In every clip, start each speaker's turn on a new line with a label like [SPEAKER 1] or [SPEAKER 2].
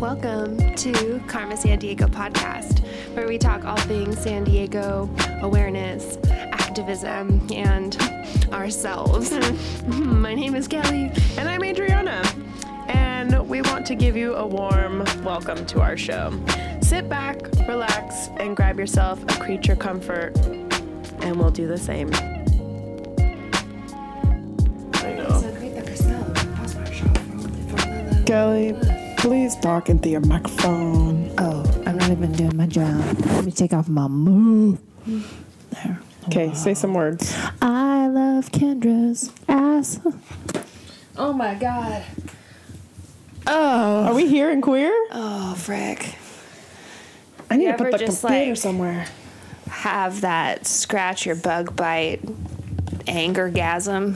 [SPEAKER 1] Welcome to Karma San Diego podcast, where we talk all things San Diego awareness, activism, and ourselves. My name is Kelly.
[SPEAKER 2] And I'm Adriana. And we want to give you a warm welcome to our show. Sit back, relax, and grab yourself a creature comfort, and we'll do the same. I know.
[SPEAKER 3] Kelly, please talk into your microphone.
[SPEAKER 4] Oh, I'm not even doing my job. Let me take off my move. There.
[SPEAKER 3] Okay, say some words.
[SPEAKER 4] I love Kendra's ass.
[SPEAKER 1] Oh my God.
[SPEAKER 4] Oh,
[SPEAKER 3] Are we here in queer?
[SPEAKER 1] Oh, frick.
[SPEAKER 3] I need
[SPEAKER 1] you
[SPEAKER 3] to put
[SPEAKER 1] ever
[SPEAKER 3] the
[SPEAKER 1] just,
[SPEAKER 3] computer
[SPEAKER 1] like-
[SPEAKER 3] somewhere.
[SPEAKER 1] Have that scratch your bug bite anger gasm.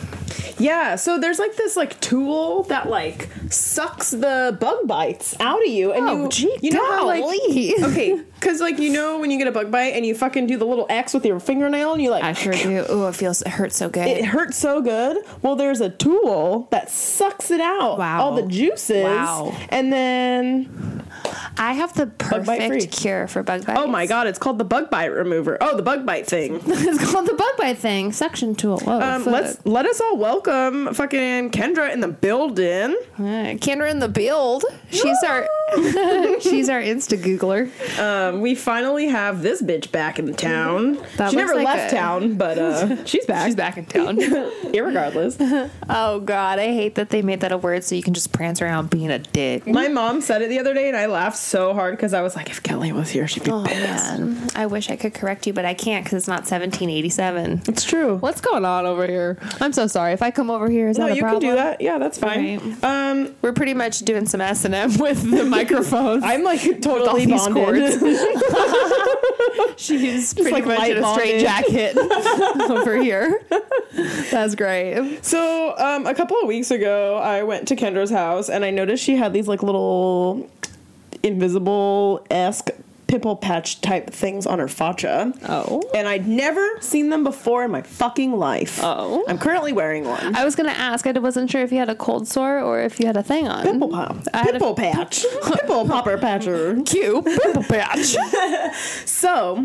[SPEAKER 3] Yeah, so there's like this like tool that like sucks the bug bites out of you, and
[SPEAKER 4] Oh,
[SPEAKER 3] you
[SPEAKER 4] gee,
[SPEAKER 3] you know how like
[SPEAKER 4] golly.
[SPEAKER 3] okay, because like you know when you get a bug bite and you fucking do the little X with your fingernail and you like
[SPEAKER 4] I sure do. Oh, it feels it hurts so good.
[SPEAKER 3] it hurts so good. Well, there's a tool that sucks it out,
[SPEAKER 4] Wow.
[SPEAKER 3] all the juices,
[SPEAKER 4] Wow.
[SPEAKER 3] and then
[SPEAKER 1] I have the
[SPEAKER 3] bite free.
[SPEAKER 1] perfect cure for bug bites.
[SPEAKER 3] Oh my god, it's called the bug bite remover. Oh, the bug bite thing.
[SPEAKER 1] it's called the bug bite thing, suction tool. Whoa,
[SPEAKER 3] Um,
[SPEAKER 1] fuck.
[SPEAKER 3] let's let us all welcome fucking Kendra in the building.
[SPEAKER 1] Alright, Kendra in the build. She's our she's our Insta Googler.
[SPEAKER 3] Um, we finally have this bitch back in town.
[SPEAKER 1] That looks
[SPEAKER 3] she never
[SPEAKER 1] like
[SPEAKER 3] left
[SPEAKER 1] a-
[SPEAKER 3] town, but uh, she's back.
[SPEAKER 1] She's back in town.
[SPEAKER 3] Irregardless,
[SPEAKER 1] oh god, I hate that they made that a word so you can just prance around being a dick.
[SPEAKER 3] my mom said it the other day, and I laughed so hard because I was like, if Kelly was here, she'd be
[SPEAKER 1] Oh,
[SPEAKER 3] pissed.
[SPEAKER 1] Man, I wish I could correct you, but I can't because it's not 1787.
[SPEAKER 3] It's true.
[SPEAKER 1] What's going on over here? I'm so sorry. If I come over here, is
[SPEAKER 3] No,
[SPEAKER 1] that a
[SPEAKER 3] you
[SPEAKER 1] problem?
[SPEAKER 3] can do that. Yeah, that's fine. Um,
[SPEAKER 1] We're pretty much doing some S and M with the microphones.
[SPEAKER 3] I'm like totally
[SPEAKER 1] these cords.
[SPEAKER 3] bonded.
[SPEAKER 1] She's pretty
[SPEAKER 3] like
[SPEAKER 1] much
[SPEAKER 3] light
[SPEAKER 1] in a straight jacket over here. That's great.
[SPEAKER 3] So, um, a couple of weeks ago, I went to Kendra's house and I noticed she had these like little invisible esque pimple patch type things on her facha.
[SPEAKER 1] Oh.
[SPEAKER 3] And I'd never seen them before in my fucking life.
[SPEAKER 1] Oh.
[SPEAKER 3] I'm currently wearing one.
[SPEAKER 1] I was gonna ask. I wasn't sure if you had a cold sore or if you had a thing on.
[SPEAKER 3] Pimple pop.
[SPEAKER 1] I had a-
[SPEAKER 3] Pimple patch. Pimple popper patcher.
[SPEAKER 1] Cute pimple patch.
[SPEAKER 3] So,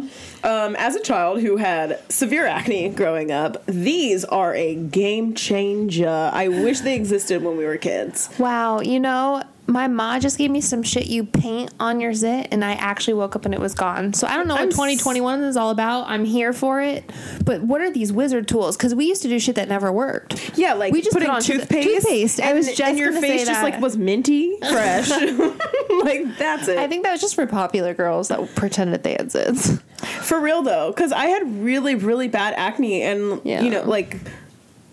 [SPEAKER 3] um, as a child who had severe acne growing up, these are a game changer. I wish they existed when we were kids.
[SPEAKER 1] wow, you know, my ma just gave me some shit you paint on your zit, and I actually woke up and it was gone. So I don't know what
[SPEAKER 3] I'm s-
[SPEAKER 1] 2021 is all about. I'm here for it, but what are these wizard tools? Because we used to do shit that never worked.
[SPEAKER 3] Yeah, like
[SPEAKER 1] We just put
[SPEAKER 3] putting
[SPEAKER 1] on tooth-
[SPEAKER 3] toothpaste.
[SPEAKER 1] toothpaste. I was just
[SPEAKER 3] and your
[SPEAKER 1] gonna
[SPEAKER 3] face
[SPEAKER 1] say
[SPEAKER 3] just
[SPEAKER 1] that.
[SPEAKER 3] like was minty fresh. like that's it.
[SPEAKER 1] I think that was just for popular girls that pretended they had zits.
[SPEAKER 3] For real though, because I had really really bad acne, and
[SPEAKER 1] Yeah.
[SPEAKER 3] you know like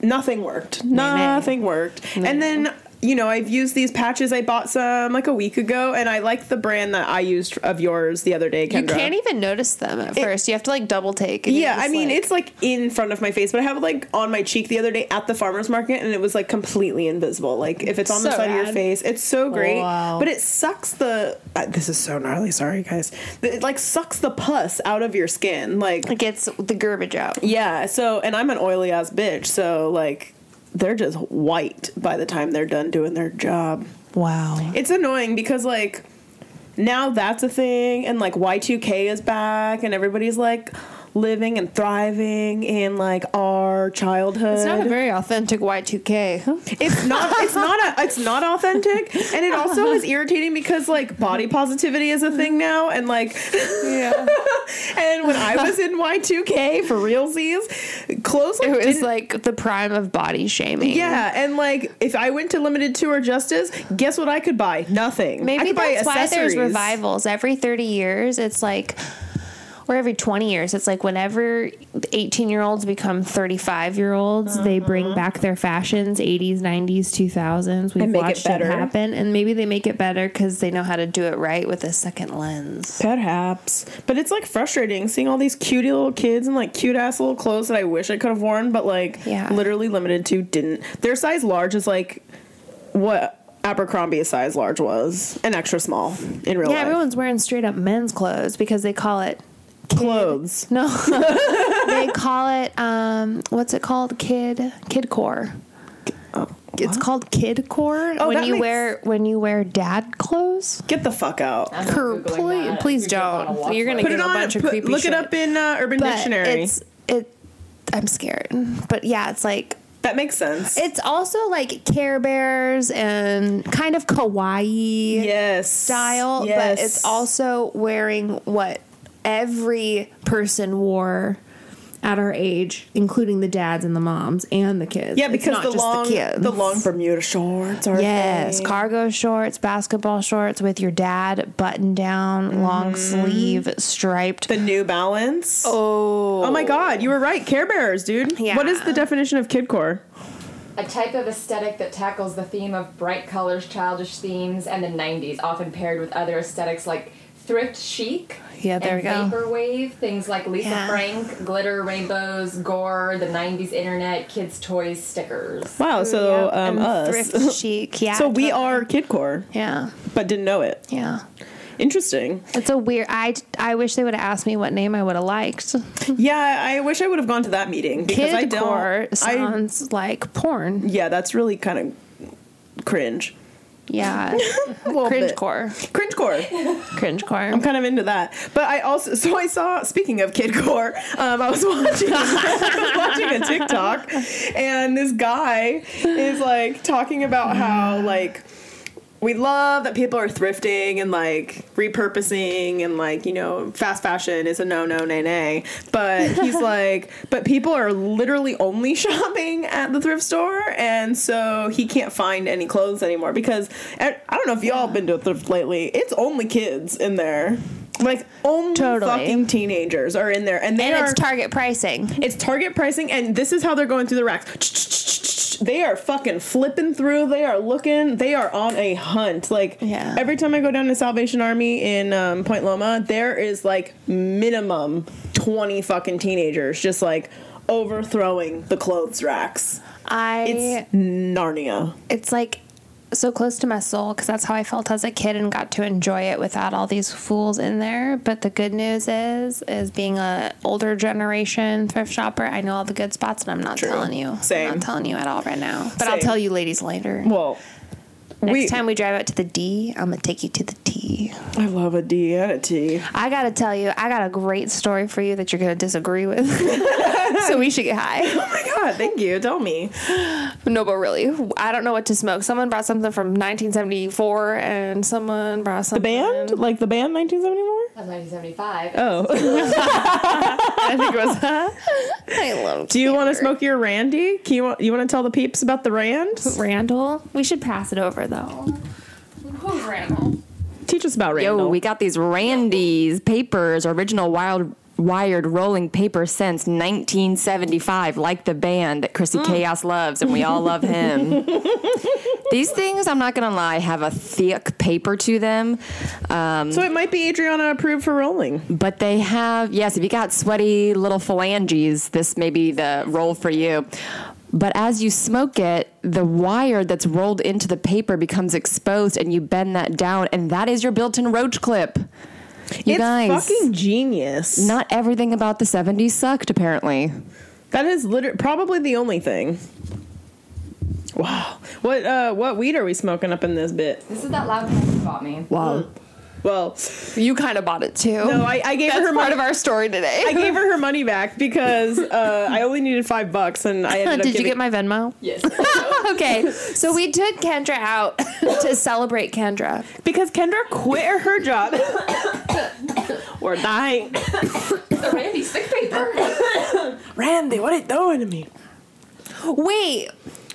[SPEAKER 3] nothing worked. Nothing worked. And then. You know, I've used these patches. I bought some like a week ago, and I like the brand that I used of yours the other day. Kendra.
[SPEAKER 1] You can't even notice them at first. You have to like double take.
[SPEAKER 3] Yeah, I mean, it's like in front of my face, but I have it like on my cheek the other day at the farmer's market, and it was like completely invisible. Like if it's on the
[SPEAKER 1] So
[SPEAKER 3] side of your
[SPEAKER 1] rad.
[SPEAKER 3] face, it's so great,
[SPEAKER 1] Wow.
[SPEAKER 3] but it sucks the. Uh, this is so gnarly. Sorry, guys. Th- It like sucks the pus out of your skin. Like
[SPEAKER 1] it gets the garbage out.
[SPEAKER 3] yeah. So and I'm an oily ass bitch. So like they're just white by the time they're done doing their job.
[SPEAKER 4] wow.
[SPEAKER 3] It's annoying because like now that's a thing and like Y2K is back and everybody's like living and thriving in like our childhood.
[SPEAKER 1] It's not a very authentic Y2K.
[SPEAKER 3] it's not it's not a, it's not authentic and it also is irritating because like body positivity is a thing now and like
[SPEAKER 1] Yeah.
[SPEAKER 3] and when I was in Y2K for realsies, clothes like,
[SPEAKER 1] It was
[SPEAKER 3] didn't-
[SPEAKER 1] like the prime of body shaming.
[SPEAKER 3] yeah, and like if I went to limited tour justice, guess what I could buy? Nothing. I
[SPEAKER 1] Maybe
[SPEAKER 3] could buy
[SPEAKER 1] that's why there's
[SPEAKER 3] accessories.
[SPEAKER 1] revivals. Every 30 years, it's like, or every 20 years, it's like whenever 18 year olds become 35 year olds, they bring back their fashions 80s, 90s, 2000s. We've
[SPEAKER 3] Mm-hmm. And make it
[SPEAKER 1] watched
[SPEAKER 3] better.
[SPEAKER 1] happen. And maybe they make it better because they know how to do it right with a second lens.
[SPEAKER 3] Perhaps. But it's like frustrating seeing all these cutie little kids in like cute ass little clothes that I wish I could have worn, but like
[SPEAKER 1] Yeah.
[SPEAKER 3] literally limited to didn't. Their size large is like what Abercrombie's size large was, an extra small in real
[SPEAKER 1] Yeah,
[SPEAKER 3] life.
[SPEAKER 1] everyone's wearing straight up men's clothes because they call it
[SPEAKER 3] Clothes.
[SPEAKER 1] No, they call it um, what's it called? Kid, kid core. it's called kid core
[SPEAKER 3] Oh,
[SPEAKER 1] when
[SPEAKER 3] that
[SPEAKER 1] you
[SPEAKER 3] makes-
[SPEAKER 1] wear when you wear dad clothes.
[SPEAKER 3] Get the fuck out.
[SPEAKER 1] Cur- please, please don't. You're gonna
[SPEAKER 3] Put
[SPEAKER 1] get
[SPEAKER 3] it
[SPEAKER 1] a
[SPEAKER 3] on.
[SPEAKER 1] bunch of
[SPEAKER 3] put-
[SPEAKER 1] creepy
[SPEAKER 3] look
[SPEAKER 1] shit.
[SPEAKER 3] it up in uh, Urban
[SPEAKER 1] But
[SPEAKER 3] Dictionary.
[SPEAKER 1] It's it. I'm scared, but yeah, it's like
[SPEAKER 3] that makes sense.
[SPEAKER 1] it's also like Care Bears and kind of kawaii
[SPEAKER 3] yes.
[SPEAKER 1] style,
[SPEAKER 3] Yes.
[SPEAKER 1] but it's also wearing what every person wore at our age, including the dads and the moms and the kids.
[SPEAKER 3] yeah
[SPEAKER 1] It's
[SPEAKER 3] because
[SPEAKER 1] not
[SPEAKER 3] the
[SPEAKER 1] just
[SPEAKER 3] long
[SPEAKER 1] kids.
[SPEAKER 3] the long Bermuda shorts are a
[SPEAKER 1] Yes,
[SPEAKER 3] thing.
[SPEAKER 1] cargo shorts, basketball shorts with your dad, button down, long
[SPEAKER 3] Mm-hmm.
[SPEAKER 1] sleeve, striped.
[SPEAKER 3] the New Balance.
[SPEAKER 1] Oh,
[SPEAKER 3] Oh my God, you were right. Care Bears, dude.
[SPEAKER 1] Yeah.
[SPEAKER 3] What is the definition of kidcore?
[SPEAKER 5] A type of aesthetic that tackles the theme of bright colors, childish themes, and the 90s, often paired with other aesthetics like thrift chic.
[SPEAKER 1] Yeah, there
[SPEAKER 5] and
[SPEAKER 1] we go.
[SPEAKER 5] Vaporwave, things like Lisa
[SPEAKER 1] Yeah.
[SPEAKER 5] Frank, glitter, rainbows, gore, the 90s internet, kids' toys, stickers.
[SPEAKER 3] Wow, so um, us.
[SPEAKER 1] thrift chic. Yeah.
[SPEAKER 3] so we
[SPEAKER 1] totally.
[SPEAKER 3] are kidcore,
[SPEAKER 1] Yeah.
[SPEAKER 3] but didn't know it.
[SPEAKER 1] Yeah.
[SPEAKER 3] Interesting.
[SPEAKER 1] It's a weird. I I wish they would have asked me what name I would have liked.
[SPEAKER 3] Yeah, I wish I would have gone to that meeting because I don't.
[SPEAKER 1] Kidcore
[SPEAKER 3] I,
[SPEAKER 1] sounds like porn.
[SPEAKER 3] yeah, that's really kind of cringe.
[SPEAKER 1] Yeah.
[SPEAKER 3] little
[SPEAKER 1] cringe
[SPEAKER 3] bit.
[SPEAKER 1] core.
[SPEAKER 3] Cringe core.
[SPEAKER 1] Cringe
[SPEAKER 3] I'm
[SPEAKER 1] core.
[SPEAKER 3] kind of into that. But I also, so I saw, speaking of kid core, um, I was watching, I was watching a TikTok and this guy is like talking about how like, we love that people are thrifting and like repurposing and like, you know, fast fashion is a no, no, nay, nay. But he's like, but people are literally only shopping at the thrift store. And so he can't find any clothes anymore because and I don't know if y'all have been to a thrift lately. It's only kids in there. Like, only
[SPEAKER 1] Totally.
[SPEAKER 3] fucking teenagers are in there. And they
[SPEAKER 1] And
[SPEAKER 3] are,
[SPEAKER 1] it's target pricing.
[SPEAKER 3] it's target pricing, and this is how they're going through the racks. They are fucking flipping through. They are looking. They are on a hunt. Like
[SPEAKER 1] Yeah.
[SPEAKER 3] every time I go down to Salvation Army in um, Point Loma, there is like minimum twenty fucking teenagers just like overthrowing the clothes racks.
[SPEAKER 1] I.
[SPEAKER 3] It's Narnia.
[SPEAKER 1] it's like so close to my soul because that's how I felt as a kid and got to enjoy it without all these fools in there. But the good news is, is being a older generation thrift shopper, I know all the good spots, and I'm not telling you.
[SPEAKER 3] Same.
[SPEAKER 1] I'm not telling you at all right now. But I'll
[SPEAKER 3] Same.
[SPEAKER 1] tell you, ladies, later.
[SPEAKER 3] Well,
[SPEAKER 1] Next
[SPEAKER 3] we.
[SPEAKER 1] time we drive out to the D, I'm gonna take you to the T.
[SPEAKER 3] I love a D and a T.
[SPEAKER 1] I gotta tell you, I got a great story for you that you're gonna disagree with. so we should get high.
[SPEAKER 3] Oh my god! Thank you. Tell me.
[SPEAKER 1] No, but really, I don't know what to smoke. Someone brought something from 1974, and someone brought
[SPEAKER 3] The
[SPEAKER 1] something.
[SPEAKER 3] band, like the band, 1974.
[SPEAKER 5] Of 1975.
[SPEAKER 3] Um, Oh.
[SPEAKER 1] I think it was. I love.
[SPEAKER 3] Do you want to smoke your Randy? Can you want you want to tell the peeps about the Rand?
[SPEAKER 1] Randall? We should pass it over though. Who's Randall?
[SPEAKER 3] Teach us about Randall.
[SPEAKER 5] Yo, we got these Randy's papers, original wild wired rolling paper since 1975, like the band that Chrissy Chaos loves, and we all love him. these things, I'm not gonna lie, have a thick paper to them. Um,
[SPEAKER 3] so it might be Adriana approved for rolling.
[SPEAKER 5] but they have yes if you got sweaty little phalanges this may be the roll for you but as you smoke it the wire that's rolled into the paper becomes exposed and you bend that down and that is your built-in roach clip you
[SPEAKER 3] it's
[SPEAKER 5] guys
[SPEAKER 3] fucking genius.
[SPEAKER 5] not everything about the 70s sucked apparently
[SPEAKER 3] that is liter- probably the only thing. Wow. What uh what weed are we smoking up in this bit?
[SPEAKER 5] this is that loud you bought me wow
[SPEAKER 3] Well,
[SPEAKER 1] You kind of bought it too.
[SPEAKER 3] no, I, I gave
[SPEAKER 1] That's
[SPEAKER 3] her
[SPEAKER 1] part
[SPEAKER 3] money.
[SPEAKER 1] of our story today.
[SPEAKER 3] I gave her her money back because uh, I only needed five bucks and I ended up
[SPEAKER 1] Did you
[SPEAKER 3] giving-
[SPEAKER 1] get my Venmo?
[SPEAKER 5] yes
[SPEAKER 1] okay, so we took Kendra out to celebrate Kendra.
[SPEAKER 3] because Kendra quit her job. We're dying.
[SPEAKER 5] the randy stick paper
[SPEAKER 3] Randy, what are you doing to me?
[SPEAKER 1] Wait,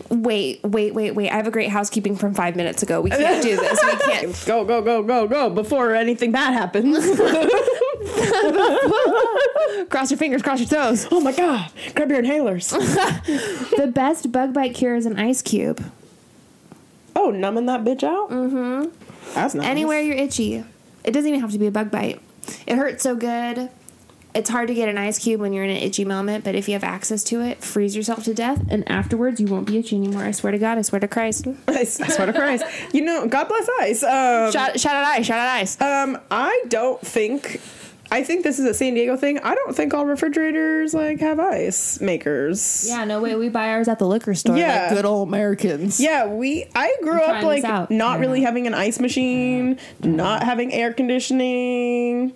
[SPEAKER 1] wait, wait, wait, wait! I have a great housekeeping from five minutes ago. We can't do this. We can't.
[SPEAKER 3] Go, go, go, go, go before anything bad happens.
[SPEAKER 1] Cross your fingers, cross your toes.
[SPEAKER 3] Oh my god, grab your inhalers.
[SPEAKER 1] The best bug bite cure is an ice cube.
[SPEAKER 3] oh, numbing that bitch out? Mm-hmm. That's nice.
[SPEAKER 1] Anywhere you're itchy. It doesn't even have to be a bug bite. It hurts so good. It's hard to get an ice cube when you're in an itchy moment, but if you have access to it, freeze yourself to death, and afterwards you won't be itchy anymore. I swear to God, I swear to Christ.
[SPEAKER 3] I swear to Christ. You know, God bless ice. Um,
[SPEAKER 1] Shout, shout out ice, shout out ice.
[SPEAKER 3] um, I don't think I think this is a San Diego thing. I don't think all refrigerators like have ice makers.
[SPEAKER 1] Yeah, no way. We buy ours at the liquor store.
[SPEAKER 3] Yeah.
[SPEAKER 4] Good old Americans.
[SPEAKER 3] Yeah, we. I grew
[SPEAKER 1] trying
[SPEAKER 3] up
[SPEAKER 1] this
[SPEAKER 3] like
[SPEAKER 1] out.
[SPEAKER 3] not
[SPEAKER 1] Yeah.
[SPEAKER 3] really having an ice machine, not having air conditioning.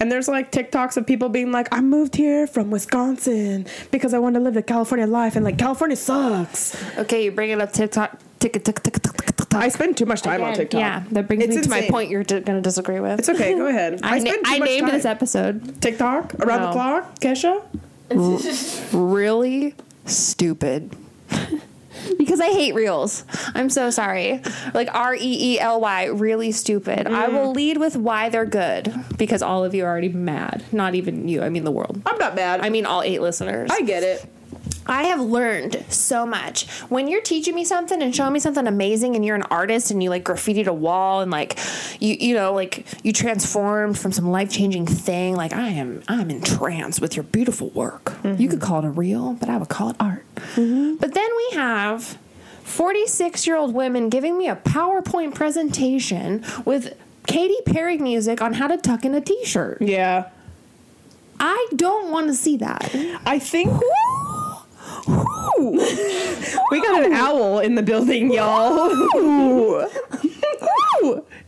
[SPEAKER 3] And there's like TikToks of people being like, "I moved here from Wisconsin because I wanted to live the California life," and like California sucks.
[SPEAKER 1] Okay, you bring it up TikTok. Tick, tick, tick, tick, tick, tick.
[SPEAKER 3] I spend too much time on TikTok.
[SPEAKER 1] Yeah, that brings
[SPEAKER 3] It's
[SPEAKER 1] me to my
[SPEAKER 3] insane.
[SPEAKER 1] point. You're d- going to disagree with.
[SPEAKER 3] It's okay. Go ahead.
[SPEAKER 1] I, na-
[SPEAKER 3] spend too
[SPEAKER 1] I
[SPEAKER 3] much
[SPEAKER 1] named
[SPEAKER 3] time.
[SPEAKER 1] this episode
[SPEAKER 3] TikTok around the
[SPEAKER 1] No.
[SPEAKER 3] clock. Kesha.
[SPEAKER 1] really stupid because I hate reels. I'm so sorry. Like R E E L Y, really stupid. I
[SPEAKER 3] Mm.
[SPEAKER 1] will lead with why they're good because all of you are already mad. Not even you. I mean the world.
[SPEAKER 3] I'm not mad.
[SPEAKER 1] I mean all eight listeners.
[SPEAKER 3] I get it.
[SPEAKER 1] I have learned so much. When you're teaching me something and showing me something amazing and you're an artist and you like graffitied a wall and like you you know like you transformed from some life-changing thing like I am I'm in trance with your beautiful work. You could call it a reel, but I would call it art. But then we have 46-year-old women giving me a PowerPoint presentation with Katy Perry music on how to tuck in a t-shirt.
[SPEAKER 3] Yeah.
[SPEAKER 1] I don't want to see that.
[SPEAKER 3] I think. we got an owl in the building, y'all.
[SPEAKER 1] who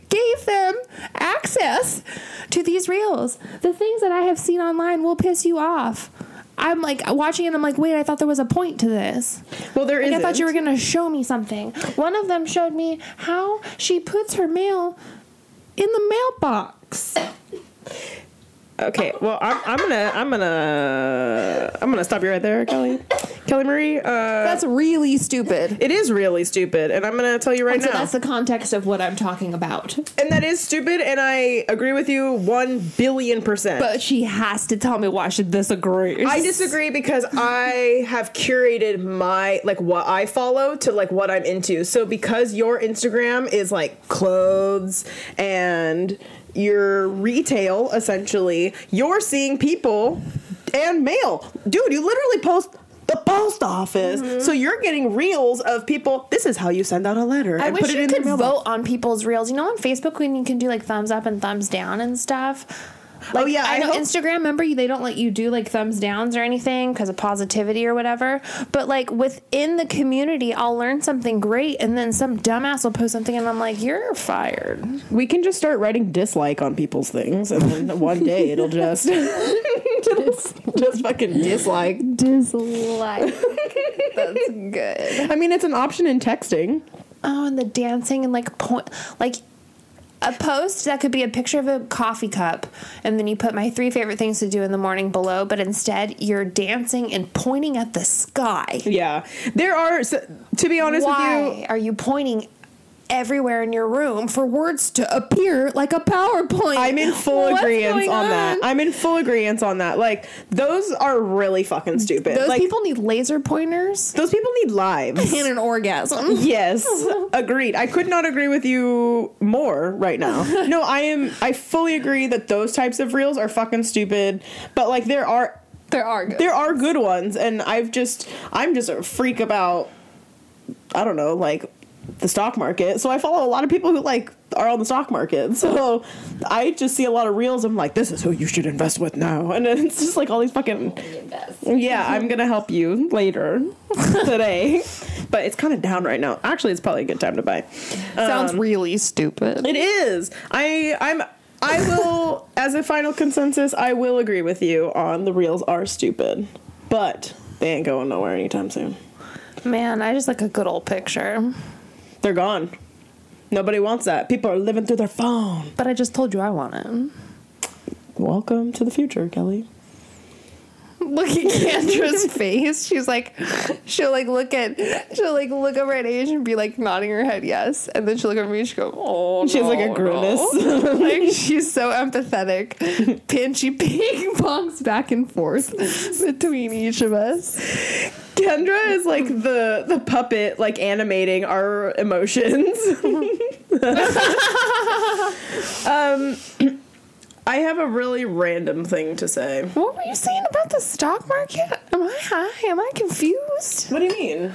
[SPEAKER 1] gave them access to these reels. The things that I have seen online will piss you off. I'm like watching it. I'm like, wait, I thought there was a point to this.
[SPEAKER 3] Well, there
[SPEAKER 1] Like,
[SPEAKER 3] is.
[SPEAKER 1] I thought you were gonna show me something. One of them showed me how she puts her mail in the mailbox.
[SPEAKER 3] Okay, well, I'm, I'm gonna, I'm gonna, I'm gonna stop you right there, Kelly. Kelly Marie, uh,
[SPEAKER 1] That's really stupid.
[SPEAKER 3] it is really stupid, and I'm gonna tell you right
[SPEAKER 1] So
[SPEAKER 3] now,
[SPEAKER 1] that's the context of what I'm talking about.
[SPEAKER 3] and that is stupid, and I agree with you one billion percent.
[SPEAKER 1] But she has to tell me why she disagrees.
[SPEAKER 3] I disagree because I have curated my like what I follow to like what I'm into. So because your Instagram is like clothes and your retail essentially, you're seeing people and mail. Dude, you literally post the post office.
[SPEAKER 1] Mm-hmm.
[SPEAKER 3] So you're getting reels of people. This is how you send out a letter
[SPEAKER 1] I
[SPEAKER 3] and
[SPEAKER 1] wish
[SPEAKER 3] put it
[SPEAKER 1] you
[SPEAKER 3] in
[SPEAKER 1] could
[SPEAKER 3] the mailbox.
[SPEAKER 1] vote on people's reels. You know, on Facebook when you can do like thumbs up and thumbs down and stuff. Like,
[SPEAKER 3] oh yeah,
[SPEAKER 1] I, know
[SPEAKER 3] hope-
[SPEAKER 1] Instagram. Remember, you- they don't let you do like thumbs downs or anything because of positivity or whatever. But like within the community, I'll learn something great, and then some dumbass will post something, and I'm like, "You're fired."
[SPEAKER 3] we can just start writing dislike on people's things, and then one day it'll just just, just fucking dislike.
[SPEAKER 1] Dislike. That's good.
[SPEAKER 3] I mean, it's an option in texting.
[SPEAKER 1] Oh, and the dancing and like point, like a post that could be a picture of a coffee cup, and then you put my three favorite things to do in the morning below. But instead, you're dancing and pointing at the sky.
[SPEAKER 3] Yeah, there are. s to be honest with
[SPEAKER 1] Why
[SPEAKER 3] you,
[SPEAKER 1] are you pointing everywhere in your room for words to appear like a PowerPoint?
[SPEAKER 3] I'm in full
[SPEAKER 1] What's
[SPEAKER 3] agreement
[SPEAKER 1] going
[SPEAKER 3] on, that.
[SPEAKER 1] on?
[SPEAKER 3] I'm in full agreement on that. Like those are really fucking stupid.
[SPEAKER 1] Those
[SPEAKER 3] like
[SPEAKER 1] people need laser pointers
[SPEAKER 3] those people need lives.
[SPEAKER 1] and an orgasm.
[SPEAKER 3] Yes, agreed. I could not agree with you more right now. No, I am. I fully agree that those types of reels are fucking stupid. But like, there are
[SPEAKER 1] there are good.
[SPEAKER 3] there are good ones and i've just i'm just a freak about i don't know like the stock market so i follow a lot of people who like are on the stock market so i just see a lot of reels i'm like this is who you should invest with now and then it's just like all these fucking yeah i'm gonna help you later today but it's kind of down right now actually it's probably a good time to buy
[SPEAKER 1] Sounds really stupid.
[SPEAKER 3] it is. I I'm I will as a final consensus, I will agree with you on the reels are stupid. But they ain't going nowhere anytime soon.
[SPEAKER 1] Man, I just like a good old picture.
[SPEAKER 3] They're gone. Nobody wants that. People are living through their phone.
[SPEAKER 1] But I just told you I want it.
[SPEAKER 3] Welcome to the future, Kelly.
[SPEAKER 1] Look at Kendra's face. She's like, she'll like look at, she'll like look over at Asia and be like nodding her head yes, and then she'll look at me and she go, oh,
[SPEAKER 3] She has like a
[SPEAKER 1] no, no."
[SPEAKER 3] grimace.
[SPEAKER 1] like she's so empathetic. Pinchy ping pongs back and forth between each of us.
[SPEAKER 3] Kendra is like the the puppet like animating our emotions. um Um, I have a really random thing to say.
[SPEAKER 1] What were you saying about the stock market? Am I high? Am I confused?
[SPEAKER 3] What do you mean?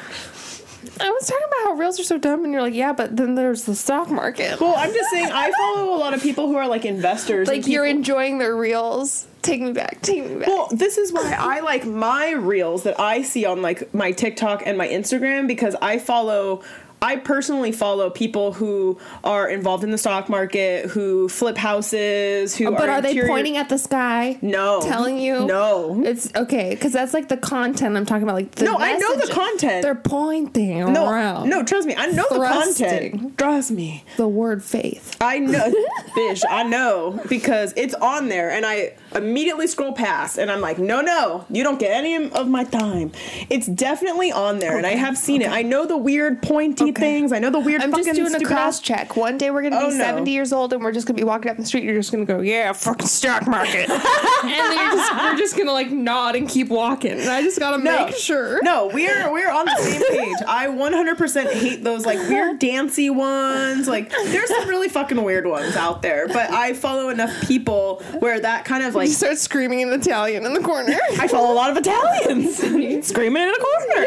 [SPEAKER 1] I was talking about how reels are so dumb, and you're like, yeah, but then there's the stock market.
[SPEAKER 3] Well, I'm just saying I follow a lot of people who are like investors. and
[SPEAKER 1] Like you're
[SPEAKER 3] people-
[SPEAKER 1] enjoying their reels. Take me back. Take me back.
[SPEAKER 3] Well, this is why I like my reels that I see on like my TikTok and my Instagram because I follow I personally follow people who are involved in the stock market, who flip houses, who
[SPEAKER 1] but are they
[SPEAKER 3] interior-
[SPEAKER 1] pointing at the sky?
[SPEAKER 3] No.
[SPEAKER 1] Telling you?
[SPEAKER 3] No.
[SPEAKER 1] It's okay, because that's like the content I'm talking about. Like the
[SPEAKER 3] No, I know the
[SPEAKER 1] message-
[SPEAKER 3] content.
[SPEAKER 1] They're pointing
[SPEAKER 3] no,
[SPEAKER 1] around.
[SPEAKER 3] no, trust me. I know the
[SPEAKER 1] Thrusting.
[SPEAKER 3] content. Trust me.
[SPEAKER 1] the word faith.
[SPEAKER 3] I know, bitch. I know because it's on there, and I immediately scroll past, and I'm like, no, no, you don't get any of my time. It's definitely on there, and I have seen it. I know the weird pointy things. I know the weird.
[SPEAKER 1] I'm just
[SPEAKER 3] fucking
[SPEAKER 1] doing a
[SPEAKER 3] stupid
[SPEAKER 1] cross
[SPEAKER 3] ass-
[SPEAKER 1] check. One day we're gonna
[SPEAKER 3] Oh,
[SPEAKER 1] be
[SPEAKER 3] no.
[SPEAKER 1] 70 years old, and we're just gonna be walking down the street. And you're just gonna go, yeah, fucking stock market, and then you're just, we're just gonna like nod and keep walking. And I just gotta make sure.
[SPEAKER 3] No, we're we're on the same page. I 100% hate those like
[SPEAKER 1] Uh-huh.
[SPEAKER 3] weird dancey ones. Like there's some really fucking weird ones out there, but I follow enough people where that kind of like
[SPEAKER 1] You start screaming in Italian in the corner.
[SPEAKER 3] I follow a lot of Italians screaming in a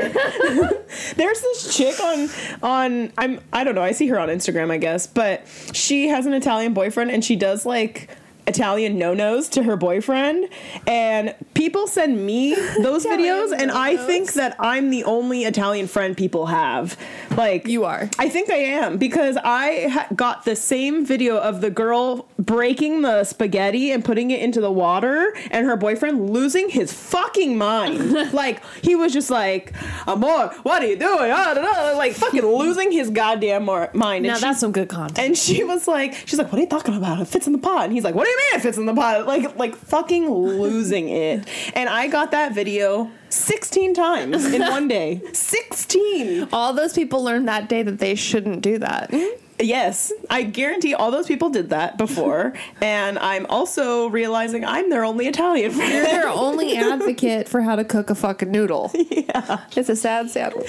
[SPEAKER 3] corner. There's this chick on on I'm I don't know, I see her on Instagram, I guess, but she has an Italian boyfriend and she does like Italian no-nos to her boyfriend and people send me those videos and I think that I'm the only Italian friend people have. Like
[SPEAKER 1] You are.
[SPEAKER 3] I think I am because I ha- got the same video of the girl breaking the spaghetti and putting it into the water, and her boyfriend losing his fucking mind. like he was just like, "Amor, what are you doing?" Ah, da, da," Like fucking losing his goddamn mar- mind. And she-
[SPEAKER 1] some good content.
[SPEAKER 3] and she was like, she's like, what are you talking about? It fits in the pot. And he's like, what do you mean it fits in the pot? Like, like fucking losing it. And I got that video 16 times in one day. 16.
[SPEAKER 1] All those people learned that day that they shouldn't do that.
[SPEAKER 3] Yes, I guarantee all those people did that before, and I'm also realizing I'm their only Italian
[SPEAKER 1] You're
[SPEAKER 3] friend.
[SPEAKER 1] their only advocate for how to cook a fucking noodle. Yeah. It's a sad, sad world.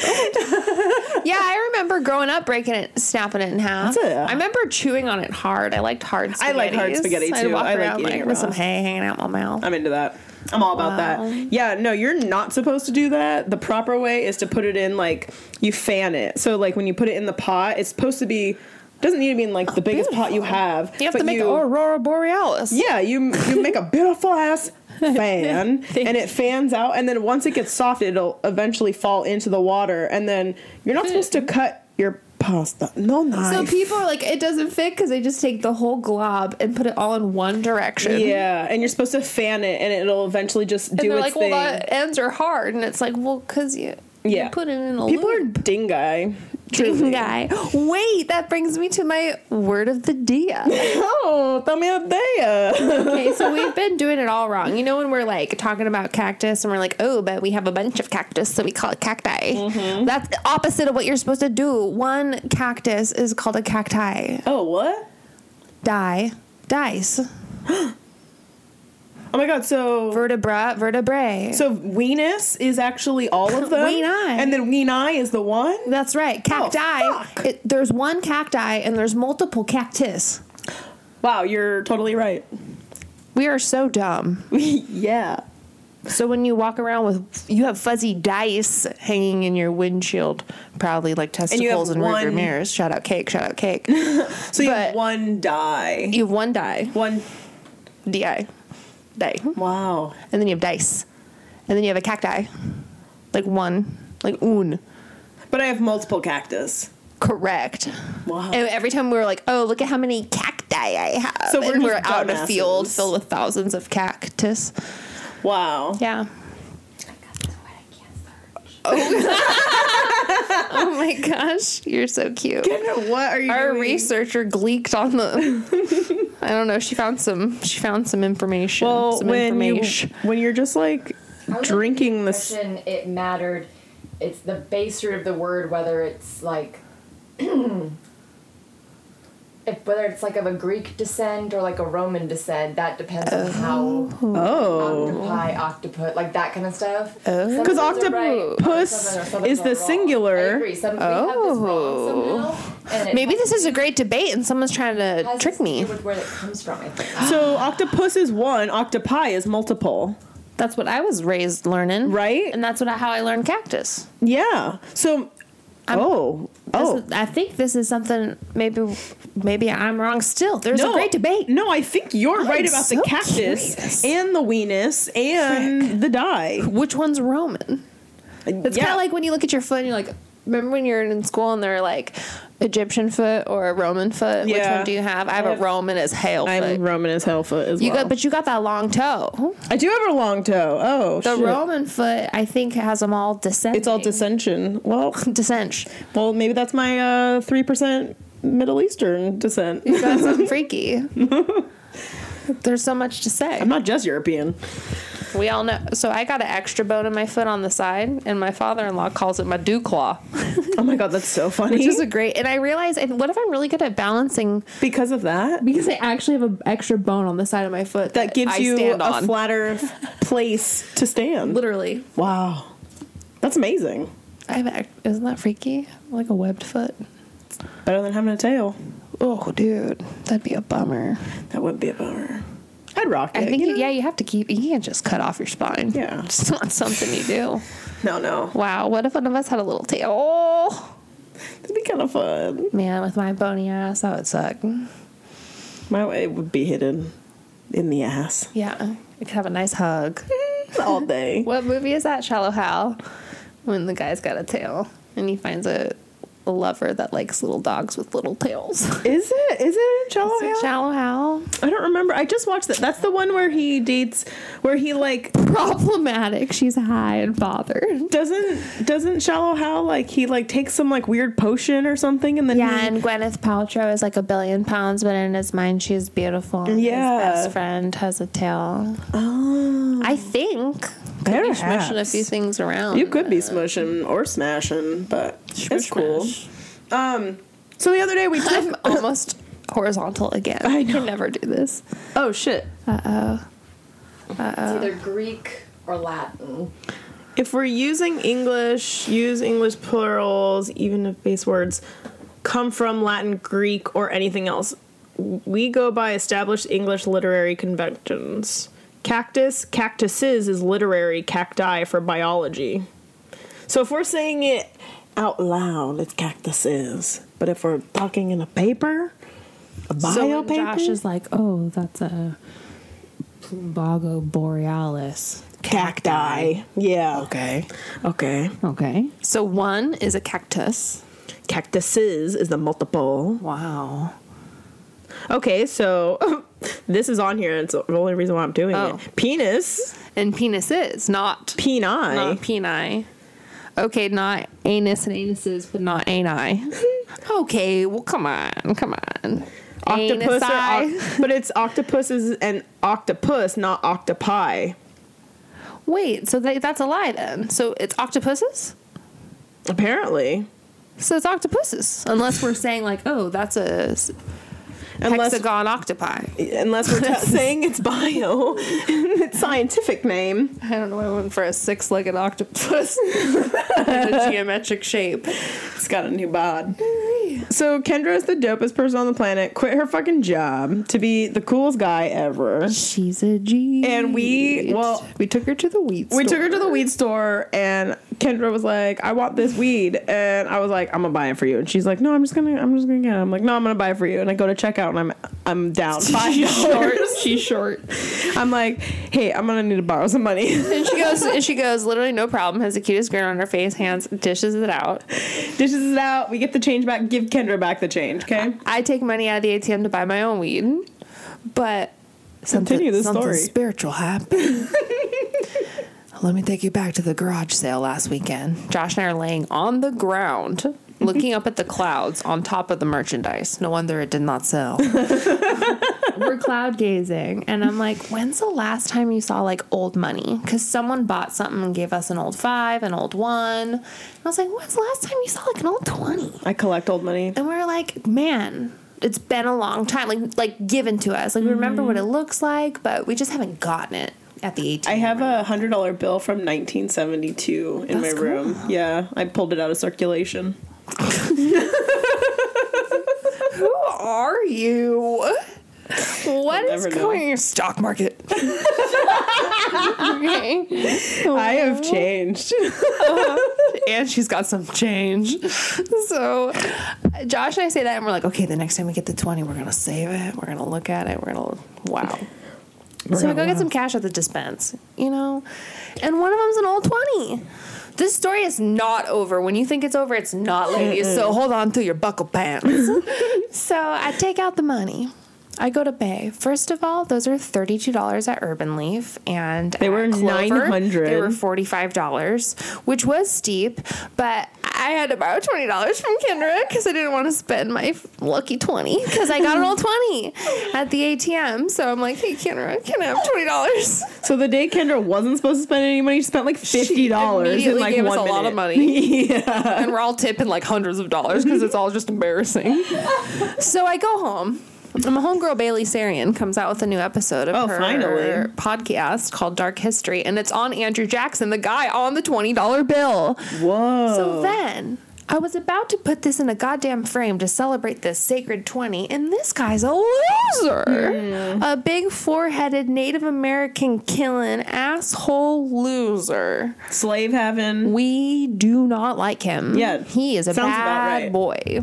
[SPEAKER 1] yeah, I remember growing up breaking it, snapping it in half.
[SPEAKER 3] That's a-
[SPEAKER 1] I remember chewing on it hard. I liked hard
[SPEAKER 3] I
[SPEAKER 1] spaghetti.
[SPEAKER 3] like hard spaghetti,
[SPEAKER 1] I'd
[SPEAKER 3] too.
[SPEAKER 1] walk
[SPEAKER 3] I like
[SPEAKER 1] around
[SPEAKER 3] eating it
[SPEAKER 1] with
[SPEAKER 3] raw.
[SPEAKER 1] some hay hanging out my mouth.
[SPEAKER 3] I'm into that. I'm all about that. Yeah, no, you're not supposed to do that. The proper way is to put it in like you fan it. So like when you put it in the pot, it's supposed to be doesn't need to be in like the biggest pot you have.
[SPEAKER 1] Oh, You have
[SPEAKER 3] but
[SPEAKER 1] to make
[SPEAKER 3] you-
[SPEAKER 1] Aurora Borealis.
[SPEAKER 3] Yeah, you you make a beautiful ass fan,
[SPEAKER 1] Thank
[SPEAKER 3] and it fans out, and then once it gets soft, it'll eventually fall into the water, and then you're not supposed to cut your pasta. No knife.
[SPEAKER 1] Hmm. So people are like, it doesn't fit because they just take the whole glob and put it all in one direction.
[SPEAKER 3] yeah, and you're supposed to fan it, and it'll eventually just
[SPEAKER 1] And
[SPEAKER 3] do
[SPEAKER 1] they're
[SPEAKER 3] its
[SPEAKER 1] like, well,
[SPEAKER 3] thing.
[SPEAKER 1] the ends are hard. And it's like, well, because you,
[SPEAKER 3] yeah,
[SPEAKER 1] you put it in a
[SPEAKER 3] People
[SPEAKER 1] loop.
[SPEAKER 3] are dingai.
[SPEAKER 1] Dream guy. Wait, that brings me to my word of the dia.
[SPEAKER 3] Oh, tell me a day.
[SPEAKER 1] Okay, so we've been doing it all wrong. You know when we're like talking about cactus and we're like, oh, but we have a bunch of cactus, so we call it cacti.
[SPEAKER 3] Mm-hmm.
[SPEAKER 1] That's the opposite of what you're supposed to do. One cactus is called a cacti.
[SPEAKER 3] Oh, what?
[SPEAKER 1] Die. Dice.
[SPEAKER 3] Oh my god! So
[SPEAKER 1] Vertebra. Vertebrae.
[SPEAKER 3] so weenus is actually all of them.
[SPEAKER 1] Weeni.
[SPEAKER 3] and then weeni is the one.
[SPEAKER 1] That's right. Cacti.
[SPEAKER 3] Oh, fuck.
[SPEAKER 1] It- there's one cacti and there's multiple cactus.
[SPEAKER 3] Wow, you're totally right.
[SPEAKER 1] We are so dumb.
[SPEAKER 3] yeah.
[SPEAKER 1] So when you walk around with, you have fuzzy dice hanging in your windshield, probably like
[SPEAKER 3] you have
[SPEAKER 1] testicles and rear view
[SPEAKER 3] one-
[SPEAKER 1] mirrors. Shout out cake, shout out cake.
[SPEAKER 3] So you
[SPEAKER 1] But-
[SPEAKER 3] have one die.
[SPEAKER 1] you have one die,
[SPEAKER 3] One
[SPEAKER 1] di, die,
[SPEAKER 3] Wow.
[SPEAKER 1] and then you have dice, and then you have a cacti, like one, like un.
[SPEAKER 3] But I have multiple cactus.
[SPEAKER 1] Correct.
[SPEAKER 3] Wow.
[SPEAKER 1] And every time we were like, oh, look at how many cacti I have. So
[SPEAKER 3] So we're
[SPEAKER 1] we're, and we're
[SPEAKER 3] just
[SPEAKER 1] out in a
[SPEAKER 3] dumbasses.
[SPEAKER 1] field filled with thousands of cactus.
[SPEAKER 3] Wow.
[SPEAKER 1] Yeah. Oh. oh my gosh, you're so cute.
[SPEAKER 3] What are you
[SPEAKER 1] Our
[SPEAKER 3] doing?
[SPEAKER 1] researcher gleeked on the. I don't know. She found some. She found some information.
[SPEAKER 3] Well,
[SPEAKER 1] some
[SPEAKER 3] when you
[SPEAKER 1] information.
[SPEAKER 3] when you're just like drinking this.
[SPEAKER 6] expression, it mattered. It's the base root of the word, whether it's like, if, whether it's like of a Greek descent or like a Roman descent. That depends on how
[SPEAKER 3] Oh.
[SPEAKER 6] octopi, octopus, like that kind of stuff.
[SPEAKER 3] Because
[SPEAKER 6] Because
[SPEAKER 3] octopus is the singular. Oh.
[SPEAKER 6] I agree. Some, we have this wrong somehow, and it
[SPEAKER 1] Maybe
[SPEAKER 6] has-
[SPEAKER 1] this is a great debate, and someone's trying to
[SPEAKER 6] has
[SPEAKER 1] trick
[SPEAKER 6] to do
[SPEAKER 1] me.
[SPEAKER 6] With where it comes from, I think.
[SPEAKER 3] So octopus is one, octopi is multiple.
[SPEAKER 1] That's what I was raised learning,
[SPEAKER 3] Right?
[SPEAKER 1] And that's what I, how I learned cactus.
[SPEAKER 3] Yeah. So oh,
[SPEAKER 1] This
[SPEAKER 3] oh.
[SPEAKER 1] is- I think this is something. Maybe, maybe I'm wrong. Still, there's a great debate.
[SPEAKER 3] No, I think you're right about
[SPEAKER 1] so
[SPEAKER 3] the cactus
[SPEAKER 1] curious.
[SPEAKER 3] and the weenus and the dye.
[SPEAKER 1] Which one's Roman? It's kind
[SPEAKER 3] Yeah.
[SPEAKER 1] of like when you look at your foot and you're like, remember when you're in school and they're like Egyptian foot or a Roman foot? Which
[SPEAKER 3] Yeah.
[SPEAKER 1] one do you have? I have a Roman as hell
[SPEAKER 3] I'm Oh,
[SPEAKER 1] foot.
[SPEAKER 3] Roman as hell foot as
[SPEAKER 1] you
[SPEAKER 3] well.
[SPEAKER 1] got, but you got that long toe.
[SPEAKER 3] I do have a long toe. Oh,
[SPEAKER 1] The
[SPEAKER 3] shit.
[SPEAKER 1] Roman foot, I think, has them all descending.
[SPEAKER 3] It's all dissension. Well,
[SPEAKER 1] descent.
[SPEAKER 3] well, maybe that's my uh, three percent Middle Eastern descent.
[SPEAKER 1] That's so freaky. There's so much to say.
[SPEAKER 3] I'm not just European.
[SPEAKER 1] We all know. So I got an extra bone in my foot on the side, and my father-in-law calls it my dew claw,
[SPEAKER 3] Oh my god, that's so funny.
[SPEAKER 1] which is a great. And I realized, and what if I'm really good at balancing?
[SPEAKER 3] because of that,
[SPEAKER 1] Because I actually have an extra bone on the side of my foot
[SPEAKER 3] that gives
[SPEAKER 1] I
[SPEAKER 3] you
[SPEAKER 1] stand
[SPEAKER 3] a
[SPEAKER 1] on.
[SPEAKER 3] flatter place to stand.
[SPEAKER 1] Literally,
[SPEAKER 3] Wow, that's amazing.
[SPEAKER 1] I have. Act- isn't that freaky? Like a webbed foot.
[SPEAKER 3] Better than having a tail.
[SPEAKER 1] Oh, dude, that'd be a bummer.
[SPEAKER 3] That would be a bummer. I'd rock it.
[SPEAKER 1] I think
[SPEAKER 3] you
[SPEAKER 1] you,
[SPEAKER 3] know?
[SPEAKER 1] yeah, you have to keep. You can't just cut off your spine.
[SPEAKER 3] Yeah.
[SPEAKER 1] it's not something you do.
[SPEAKER 3] No, no,
[SPEAKER 1] Wow, what if one of us had a little tail? Oh,
[SPEAKER 3] it'd be kind of fun.
[SPEAKER 1] man, with my bony ass, that would suck.
[SPEAKER 3] My way would be hidden in the ass
[SPEAKER 1] Yeah, we could have a nice hug.
[SPEAKER 3] all day.
[SPEAKER 1] What movie is that? Shallow Hal, when the guy's got a tail and he finds a, a lover that likes little dogs with little tails.
[SPEAKER 3] Is it? Is it in Shallow Hal?
[SPEAKER 1] Shallow Hal,
[SPEAKER 3] I don't remember. I just watched that. That's the one where he dates, where he like
[SPEAKER 1] problematic. She's high and bothered.
[SPEAKER 3] doesn't doesn't Shallow Hal like he like takes some like weird potion or something and then
[SPEAKER 1] Yeah,
[SPEAKER 3] he,
[SPEAKER 1] and Gwyneth Paltrow is like a billion pounds, but in his mind, she's beautiful. and
[SPEAKER 3] Yeah.
[SPEAKER 1] his best friend has a tail.
[SPEAKER 3] oh,
[SPEAKER 1] I think.
[SPEAKER 3] Better
[SPEAKER 1] Could be smashing a
[SPEAKER 3] hats.
[SPEAKER 1] few things around.
[SPEAKER 3] you could be smushing or smashing, but it's cool. Um, so the other day we took.
[SPEAKER 1] I'm almost horizontal again.
[SPEAKER 3] I
[SPEAKER 1] I
[SPEAKER 3] know.
[SPEAKER 1] can never do this.
[SPEAKER 3] oh shit! Uh.
[SPEAKER 6] It's either Greek or Latin.
[SPEAKER 3] If we're using English, use English plurals, even if base words come from Latin, Greek, or anything else. We go by established English literary conventions. Cactus, cactuses is literary, cacti for biology. So if we're saying it out loud, it's cactuses. But if we're talking in a paper, a bio
[SPEAKER 1] So when
[SPEAKER 3] paper,
[SPEAKER 4] Josh is like, oh, that's a plumbago borealis.
[SPEAKER 3] cacti. Yeah. Okay. Okay.
[SPEAKER 4] Okay.
[SPEAKER 1] So one is a cactus.
[SPEAKER 3] Cactuses is the multiple.
[SPEAKER 4] Wow.
[SPEAKER 3] Okay, so this is on here, and it's the only reason why I'm doing
[SPEAKER 1] Oh.
[SPEAKER 3] it. Penis,
[SPEAKER 1] And penis is not
[SPEAKER 3] peni.
[SPEAKER 1] not peni. Okay, not anus and anuses, but not ani. okay, well, come on, come on.
[SPEAKER 3] Octopus, or
[SPEAKER 1] Anusi.
[SPEAKER 3] oc- but it's octopuses and octopus, not octopi.
[SPEAKER 1] Wait, so they, that's a lie then. So it's octopuses.
[SPEAKER 3] Apparently,
[SPEAKER 1] So it's octopuses, unless we're saying like, oh, that's a s-
[SPEAKER 3] unless
[SPEAKER 1] hexagon octopi.
[SPEAKER 3] unless we're t- saying it's bio, its scientific name.
[SPEAKER 1] I don't know. I went for a six-legged octopus in a geometric shape.
[SPEAKER 3] It's got a new bod. So Kendra is the dopest person on the planet. Quit her fucking job to be the coolest guy ever.
[SPEAKER 4] She's a G.
[SPEAKER 3] And we, well,
[SPEAKER 1] We took her to the weed.
[SPEAKER 3] We took her to the weed store, and Kendra was like, "I want this weed," and I was like, "I'm gonna buy it for you," and she's like, "No, I'm just gonna, I'm just gonna get it." I'm like, "No, I'm gonna buy it for you," and I go to checkout, and I'm, I'm down five dollars.
[SPEAKER 1] She's short.
[SPEAKER 3] I'm like, "Hey, I'm gonna need to borrow some money."
[SPEAKER 1] And she goes, and she goes, literally no problem. Has the cutest grin on her face, hands, dishes it out.
[SPEAKER 3] Dishes it out. We get the change back. Give Kendra back the change, okay?
[SPEAKER 1] I take money out of the ATM to buy my own weed, but something,
[SPEAKER 3] Continue the
[SPEAKER 1] something
[SPEAKER 3] story.
[SPEAKER 1] spiritual happened. Let me take you back to the garage sale last weekend. Josh and I are laying on the ground, looking up at the clouds on top of the merchandise. No wonder it did not sell. We're cloud gazing, and I'm like, when's the last time you saw like old money? Because someone bought something and gave us an old five, an old one. And I was like, when's the last time you saw like an old twenty?
[SPEAKER 3] I collect old money.
[SPEAKER 1] and we're like, man, it's been a long time. Like, like given to us. Like, we remember what it looks like, but we just haven't gotten it at the ATM.
[SPEAKER 3] I have a hundred dollar bill from 1972 in
[SPEAKER 1] That's
[SPEAKER 3] my room. Yeah, I pulled it out of circulation.
[SPEAKER 1] Who are you? What
[SPEAKER 3] You'll
[SPEAKER 1] is
[SPEAKER 3] never know.
[SPEAKER 1] going on in your stock market? okay.
[SPEAKER 3] I have changed.
[SPEAKER 1] and she's got some change. So Josh and I say that, and we're like, okay, the next time we get the 20, we're going to save it. We're going to look at it. We're going to, wow. so we go get some cash at the dispense, you know? And one of them's an old 20. This story is not over. When you think it's over, it's not, ladies. So hold on to your buckle pants. so I take out the money. I go to pay. First of all, those are thirty-two dollars at Urban Leaf, and they
[SPEAKER 3] were $900.
[SPEAKER 1] They were forty-five dollars, which was steep, but I had to borrow twenty dollars from Kendra because I didn't want to spend my f- lucky twenty because I got an old twenty at the ATM. So I'm like, hey Kendra, can I have twenty dollars?
[SPEAKER 3] So the day Kendra wasn't supposed to spend any money, she spent like fifty dollars in
[SPEAKER 1] Immediately
[SPEAKER 3] like
[SPEAKER 1] gave
[SPEAKER 3] one
[SPEAKER 1] us a
[SPEAKER 3] minute.
[SPEAKER 1] lot of money, and we're all tipping like hundreds of dollars because it's all just embarrassing. so I go home. And my homegirl Bailey Sarian comes out with a new episode of
[SPEAKER 3] Oh,
[SPEAKER 1] her
[SPEAKER 3] finally.
[SPEAKER 1] podcast called Dark History, and it's on Andrew Jackson, the guy on the twenty dollar bill.
[SPEAKER 3] Whoa!
[SPEAKER 1] So then I was about to put this in a goddamn frame to celebrate this sacred 20, and this guy's a loser.
[SPEAKER 3] Hmm.
[SPEAKER 1] A big four headed Native American killing asshole loser.
[SPEAKER 3] slave heaven.
[SPEAKER 1] We do not like him.
[SPEAKER 3] Yeah,
[SPEAKER 1] He is a
[SPEAKER 3] sounds about
[SPEAKER 1] bad
[SPEAKER 3] right.
[SPEAKER 1] boy.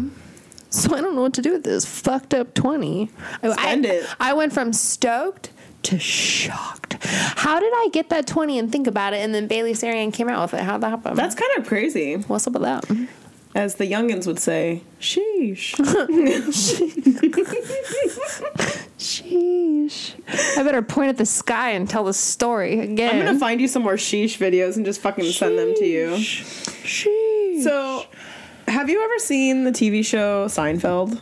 [SPEAKER 1] So I don't know what to do with this fucked up 20. I-
[SPEAKER 3] Spend
[SPEAKER 1] I,
[SPEAKER 3] it.
[SPEAKER 1] I went from stoked to shocked. How did I get that 20 and think about it? And then Bailey Sarian came out with it. How'd that happen?
[SPEAKER 3] That's kind of crazy,
[SPEAKER 1] What's up with that?
[SPEAKER 3] as the youngins would say. Sheesh.
[SPEAKER 1] Sheesh. I better point at the sky and tell the story again.
[SPEAKER 3] I'm gonna find you some more sheesh videos and just fucking send them to you.
[SPEAKER 1] Sheesh.
[SPEAKER 3] So, have you ever seen the TV show Seinfeld?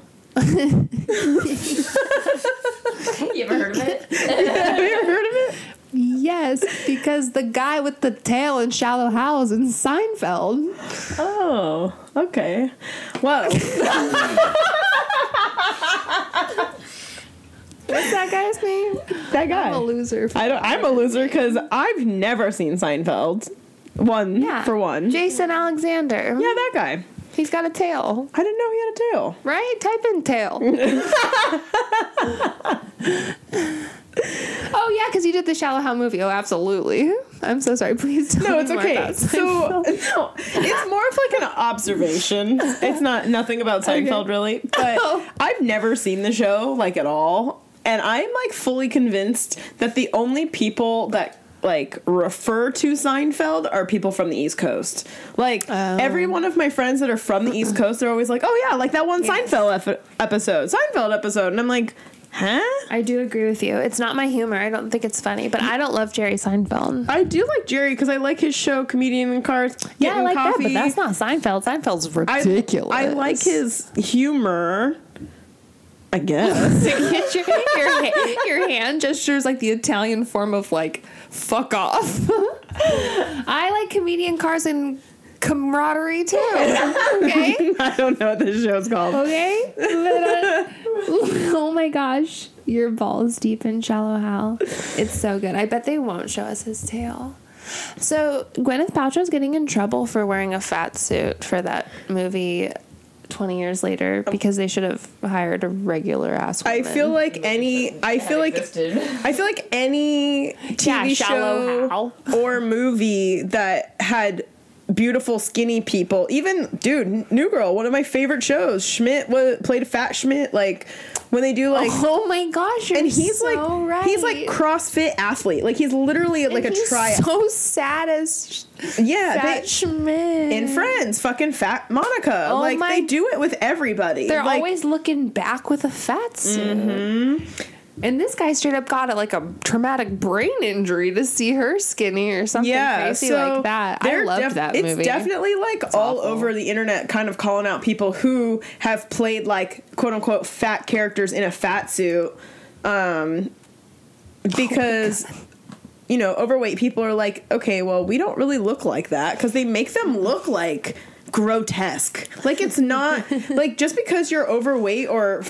[SPEAKER 6] You ever heard of it?
[SPEAKER 3] have you ever heard of it?
[SPEAKER 1] Yes, because the guy with the tail in Shallow House in Seinfeld.
[SPEAKER 3] Oh, okay. Well,
[SPEAKER 1] What's that guy's name?
[SPEAKER 3] that guy.
[SPEAKER 1] I'm a loser.
[SPEAKER 3] I don't. I'm a loser because I've never seen Seinfeld. One for one.
[SPEAKER 1] Jason Alexander.
[SPEAKER 3] yeah, that guy.
[SPEAKER 1] He's got a tail.
[SPEAKER 3] I didn't know he had a tail.
[SPEAKER 1] Right? Type in tail. oh yeah, because you did the Shallow House movie. Oh, absolutely. I'm so sorry. Please tell
[SPEAKER 3] No,
[SPEAKER 1] me
[SPEAKER 3] it's
[SPEAKER 1] more
[SPEAKER 3] okay.
[SPEAKER 1] about
[SPEAKER 3] So no, it's more of like an observation. It's not nothing about Seinfeld really, but
[SPEAKER 1] Oh.
[SPEAKER 3] I've never seen the show like at all, and I'm like fully convinced that the only people that like refer to Seinfeld are people from the East Coast. Like
[SPEAKER 1] Oh.
[SPEAKER 3] every one of my friends that are from the East Coast, they're always like, "Oh yeah, like that one Seinfeld ep- episode, Seinfeld episode," and I'm like, "Huh."
[SPEAKER 1] I do agree with you. It's not my humor. I don't think it's funny, but I don't love Jerry Seinfeld.
[SPEAKER 3] I do like Jerry because I like his show, Comedian in Cars.
[SPEAKER 1] Yeah, I
[SPEAKER 3] Getting
[SPEAKER 1] like
[SPEAKER 3] coffee.
[SPEAKER 1] that, but that's not Seinfeld. Seinfeld's ridiculous.
[SPEAKER 3] I, I like his humor. I guess.
[SPEAKER 1] your, your, ha- your hand gestures like the Italian form of like fuck off. I like comedian cars and camaraderie too. Okay,
[SPEAKER 3] I don't know what this show's called.
[SPEAKER 1] okay. But, uh, oh my gosh, your balls deep in shallow hell. It's so good. I bet they won't show us his tail. So Gwyneth Paltrow's getting in trouble for wearing a fat suit for that movie. 20 years later
[SPEAKER 3] Oh.
[SPEAKER 1] because they should have hired a regular ass woman.
[SPEAKER 3] I feel like any. I feel like.
[SPEAKER 6] Existed.
[SPEAKER 3] I feel like any
[SPEAKER 1] Yeah,
[SPEAKER 3] TV
[SPEAKER 1] shallow
[SPEAKER 3] show or movie that had beautiful skinny people. Even dude, N- New Girl, one of my favorite shows. Schmidt was played fat Schmidt. Like when they do like.
[SPEAKER 1] Oh my gosh! You're
[SPEAKER 3] And he's
[SPEAKER 1] so
[SPEAKER 3] like
[SPEAKER 1] right.
[SPEAKER 3] he's like CrossFit athlete. Like he's literally like
[SPEAKER 1] And
[SPEAKER 3] a
[SPEAKER 1] he's
[SPEAKER 3] triad.
[SPEAKER 1] So sad as
[SPEAKER 3] yeah,
[SPEAKER 1] Fat
[SPEAKER 3] they-
[SPEAKER 1] Schmidt.
[SPEAKER 3] in Friends, fucking fat Monica.
[SPEAKER 1] Mm-hmm. Oh
[SPEAKER 3] like
[SPEAKER 1] my-
[SPEAKER 3] they do it with everybody.
[SPEAKER 1] they're
[SPEAKER 3] like,
[SPEAKER 1] always looking back with a fat suit.
[SPEAKER 3] Mm-hmm.
[SPEAKER 1] And this guy straight up got a, like a traumatic brain injury to see her skinny or something
[SPEAKER 3] yeah,
[SPEAKER 1] crazy
[SPEAKER 3] so
[SPEAKER 1] like that. I
[SPEAKER 3] they're
[SPEAKER 1] loved
[SPEAKER 3] def-
[SPEAKER 1] that
[SPEAKER 3] it's
[SPEAKER 1] movie.
[SPEAKER 3] definitely like all
[SPEAKER 1] awful.
[SPEAKER 3] over the internet, kind of calling out people who have played like quote unquote fat characters in a fat suit, um,
[SPEAKER 1] Oh
[SPEAKER 3] because. you know, overweight people are like, okay, well, we don't really look like that because they make them look like grotesque. Like, it's not like just because you're overweight or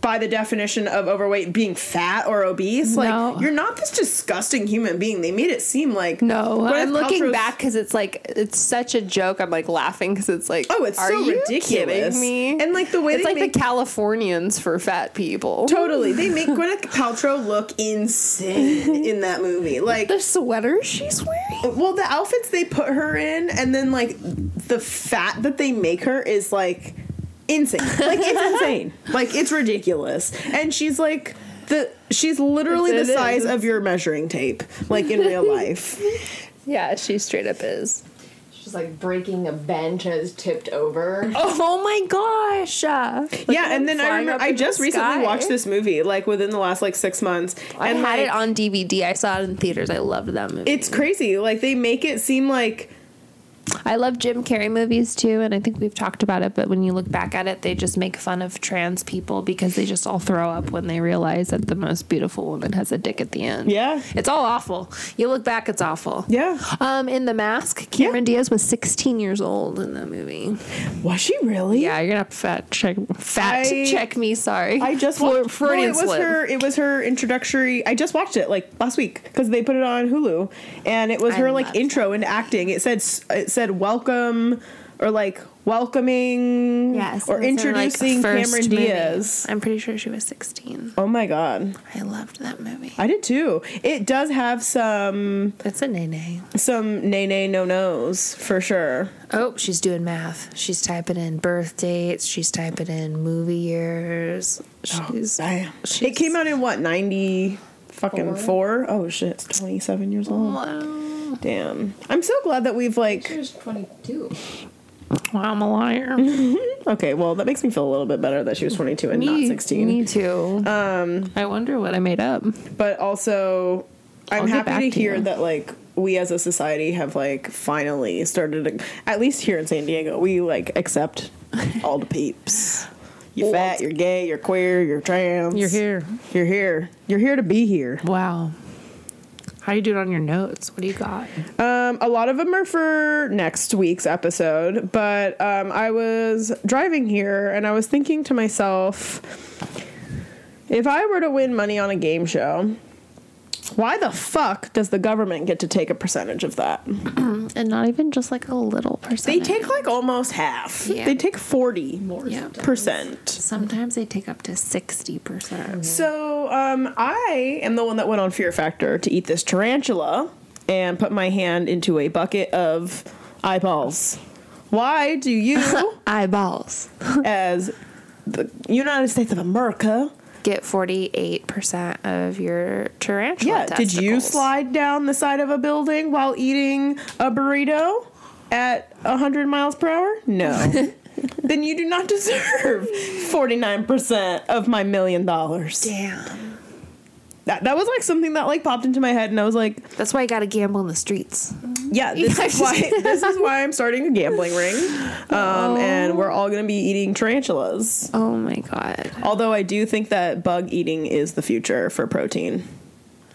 [SPEAKER 3] by the definition of overweight being fat or obese.
[SPEAKER 1] No.
[SPEAKER 3] Like you're not this disgusting human being. They made it seem like
[SPEAKER 1] No,
[SPEAKER 3] Gwyneth
[SPEAKER 1] I'm looking
[SPEAKER 3] Paltrow's-
[SPEAKER 1] back because it's like it's such a joke. I'm like laughing because it's like,
[SPEAKER 3] Oh, it's
[SPEAKER 1] are
[SPEAKER 3] so
[SPEAKER 1] you
[SPEAKER 3] ridiculous.
[SPEAKER 1] kidding me?
[SPEAKER 3] And, like, the way
[SPEAKER 1] it's
[SPEAKER 3] they
[SPEAKER 1] like
[SPEAKER 3] make-
[SPEAKER 1] the Californians for fat people.
[SPEAKER 3] Totally, they make Gwyneth Paltrow look insane in that movie. Like
[SPEAKER 1] The sweater she's wearing.
[SPEAKER 3] Well, the outfits they put her in, and then like the fat that they make her is like insane. Like it's insane. Like it's ridiculous. And she's like the she's literally
[SPEAKER 1] It
[SPEAKER 3] the size
[SPEAKER 1] is.
[SPEAKER 3] of your measuring tape, like in real life.
[SPEAKER 1] Yeah, she straight up is.
[SPEAKER 6] She's like breaking a bench and it's tipped over.
[SPEAKER 1] Oh my gosh! Uh,
[SPEAKER 3] yeah, and then I
[SPEAKER 1] flying up
[SPEAKER 3] remember I
[SPEAKER 1] into the
[SPEAKER 3] just recently
[SPEAKER 1] sky.
[SPEAKER 3] watched this movie, like within the last like six months.
[SPEAKER 1] I
[SPEAKER 3] and
[SPEAKER 1] had
[SPEAKER 3] like,
[SPEAKER 1] it on DVD. I saw it in theaters. I loved that movie.
[SPEAKER 3] It's crazy. Like they make it seem like
[SPEAKER 1] I love Jim Carrey movies too, and I think we've talked about it. But when you look back at it, they just make fun of trans people because they just all throw up when they realize that the most beautiful woman has a dick at the end.
[SPEAKER 3] Yeah.
[SPEAKER 1] it's all awful. You look back, it's awful.
[SPEAKER 3] Yeah.
[SPEAKER 1] Um, in The Mask, Cameron Diaz was 16 years old in that movie.
[SPEAKER 3] Was she really?
[SPEAKER 1] Yeah, you're gonna have to fat check. Fat
[SPEAKER 3] I-
[SPEAKER 1] check me. Sorry.
[SPEAKER 3] I just
[SPEAKER 1] Flo-
[SPEAKER 3] watched. Well,
[SPEAKER 1] Freudian
[SPEAKER 3] it was
[SPEAKER 1] slip.
[SPEAKER 3] her. It was her introductory. I just watched it like last week because they put it on Hulu, and it was
[SPEAKER 1] I
[SPEAKER 3] her like
[SPEAKER 1] loved
[SPEAKER 3] intro into acting. It said s- it said welcome or like welcoming
[SPEAKER 1] Yes, it
[SPEAKER 3] or
[SPEAKER 1] was her, like,
[SPEAKER 3] introducing
[SPEAKER 1] first
[SPEAKER 3] Cameron
[SPEAKER 1] movie.
[SPEAKER 3] Diaz.
[SPEAKER 1] I'm pretty sure she was 16.
[SPEAKER 3] Oh my god,
[SPEAKER 1] I loved that movie.
[SPEAKER 3] I did too. It does have some
[SPEAKER 1] That's a nay nay.
[SPEAKER 3] some nay nay no nos for sure.
[SPEAKER 1] Oh, she's doing math. She's typing in birth dates. She's typing in movie years. She's,
[SPEAKER 3] Damn.
[SPEAKER 1] she's
[SPEAKER 3] It came out in what ninety fucking four? Oh shit, twenty seven years old.
[SPEAKER 1] Wow,
[SPEAKER 3] Damn, I'm so glad that we've like.
[SPEAKER 6] She's 22.
[SPEAKER 1] I'm a liar.
[SPEAKER 3] Okay, well, that makes me feel a little bit better that she was 22 and not 16.
[SPEAKER 1] Me too. Um, I wonder what I made up.
[SPEAKER 3] But also, I'm
[SPEAKER 1] I'll get back
[SPEAKER 3] happy to,
[SPEAKER 1] to
[SPEAKER 3] hear
[SPEAKER 1] you.
[SPEAKER 3] that, like, we as a society have, like, finally started, at least here in San Diego, we, like, accept all the peeps. You're fat, you're gay, you're queer, you're trans.
[SPEAKER 1] You're here.
[SPEAKER 3] You're here. You're here to be here.
[SPEAKER 1] Wow. How you do it on your notes? What do you got?
[SPEAKER 3] Um, a lot of them are for next week's episode, but um, I was driving here and I was thinking to myself, if I were to win money on a game show, why the fuck does the government get to take a percentage of that?
[SPEAKER 1] And not even just like a little
[SPEAKER 3] They
[SPEAKER 1] percentage.
[SPEAKER 3] take like almost half.
[SPEAKER 1] Yeah.
[SPEAKER 3] They take 40%.
[SPEAKER 1] Yeah. Sometimes they take up to sixty percent.
[SPEAKER 3] So um, I am the one that went on Fear Factor to eat this tarantula and put my hand into a bucket of eyeballs. Why do you?
[SPEAKER 1] Eyeballs
[SPEAKER 3] as the United States of America.
[SPEAKER 1] get forty-eight percent of your tarantula.
[SPEAKER 3] Yeah, did you
[SPEAKER 1] testicles.
[SPEAKER 3] slide down the side of a building while eating a burrito at 100 miles per hour? No. then you do not deserve 49% of my million dollars.
[SPEAKER 1] Damn.
[SPEAKER 3] That, that was like something that like popped into my head and I was like,
[SPEAKER 1] That's why you got to gamble in the streets.
[SPEAKER 3] yeah, this
[SPEAKER 1] Yeah,
[SPEAKER 3] is
[SPEAKER 1] I
[SPEAKER 3] why
[SPEAKER 1] just-
[SPEAKER 3] this is why I'm starting a gambling ring. Um, and we're all going to be eating tarantulas.
[SPEAKER 1] Oh my god.
[SPEAKER 3] Although I do think that bug eating is the future for protein.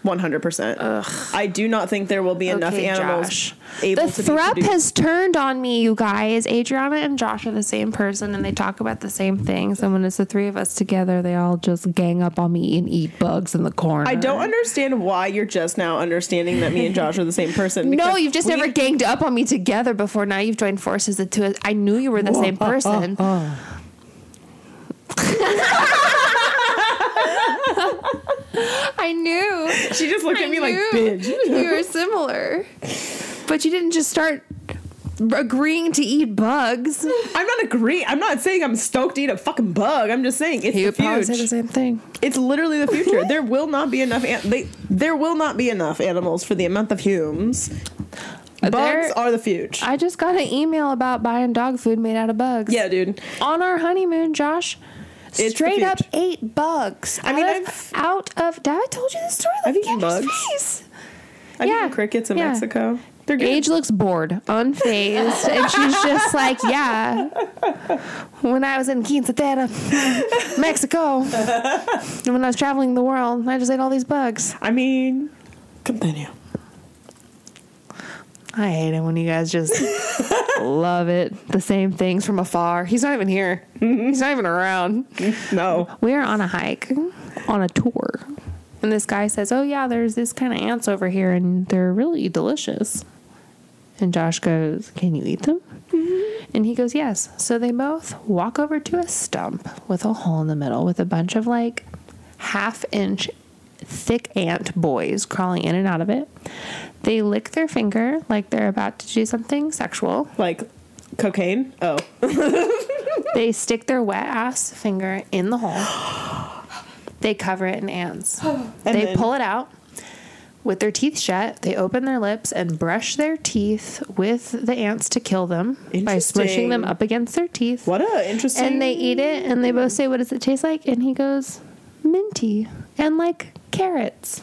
[SPEAKER 3] 100%. I do not think there will be enough
[SPEAKER 1] Okay,
[SPEAKER 3] animals
[SPEAKER 1] Josh.
[SPEAKER 3] able
[SPEAKER 1] The
[SPEAKER 3] to
[SPEAKER 1] threat
[SPEAKER 3] be produced.
[SPEAKER 1] has turned on me, you guys. Adriana and Josh are the same person and they talk about the same things. And when it's the three of us together, they all just gang up on me and eat bugs in the corner.
[SPEAKER 3] I don't understand why you're just now understanding that me and Josh are the same person.
[SPEAKER 1] No,
[SPEAKER 3] because
[SPEAKER 1] Oh, you've just
[SPEAKER 3] we-
[SPEAKER 1] never ganged up on me together before. Now you've joined forces. The two. of- I knew you were the same
[SPEAKER 3] Uh,
[SPEAKER 1] person. I knew.
[SPEAKER 3] She just looked
[SPEAKER 1] I
[SPEAKER 3] at me like,
[SPEAKER 1] knew
[SPEAKER 3] bitch.
[SPEAKER 1] You were similar, but you didn't just start agreeing to eat bugs.
[SPEAKER 3] I'm not agree. I'm not saying I'm stoked to eat a fucking bug. I'm just saying it's
[SPEAKER 1] You
[SPEAKER 3] the
[SPEAKER 1] probably say the
[SPEAKER 3] future.
[SPEAKER 1] same thing.
[SPEAKER 3] It's literally the future. there will not be enough. An- they, there will not be enough animals for the amount of humans.
[SPEAKER 1] There-
[SPEAKER 3] Bugs are the future.
[SPEAKER 1] I just got an email about buying dog food made out of bugs.
[SPEAKER 3] yeah, dude.
[SPEAKER 1] On our honeymoon, Josh
[SPEAKER 3] the
[SPEAKER 1] straight up
[SPEAKER 3] future.
[SPEAKER 1] ate bugs.
[SPEAKER 3] I mean,
[SPEAKER 1] out
[SPEAKER 3] I've-
[SPEAKER 1] of, out of. Dad, I told you this story. Look
[SPEAKER 3] I've
[SPEAKER 1] at
[SPEAKER 3] eaten
[SPEAKER 1] Kendra's
[SPEAKER 3] bugs.
[SPEAKER 1] face.
[SPEAKER 3] I've
[SPEAKER 1] Yeah.
[SPEAKER 3] eaten crickets in
[SPEAKER 1] Yeah.
[SPEAKER 3] Mexico. They're good.
[SPEAKER 1] Age looks bored, unfazed, and she's just like, yeah. When I was in Quinceañera, Mexico, and when I was traveling the world, I just ate all these bugs.
[SPEAKER 3] I mean, continue.
[SPEAKER 1] I hate it when you guys just love it. The same things from afar. He's not even here.
[SPEAKER 3] Mm-hmm.
[SPEAKER 1] He's not even around.
[SPEAKER 3] No.
[SPEAKER 1] We are on a hike, on a tour. And this guy says, Oh, yeah, there's this kind of ants over here, and they're really delicious. And Josh goes, Can you eat them? And he goes, Yes. So they both walk over to a stump with a hole in the middle with a bunch of like half inch thick ant boys crawling in and out of it. They lick their finger like they're about to do something sexual.
[SPEAKER 3] Like cocaine? Oh.
[SPEAKER 1] They stick their wet ass finger in the hole. They cover it in ants. they
[SPEAKER 3] then-
[SPEAKER 1] pull it out with their teeth shut. They open their lips and brush their teeth with the ants to kill them by smooshing them
[SPEAKER 3] Interesting.
[SPEAKER 1] up against their teeth.
[SPEAKER 3] What a interesting.
[SPEAKER 1] And they eat it and they both say, What does it taste like? And he goes, Minty and like carrots.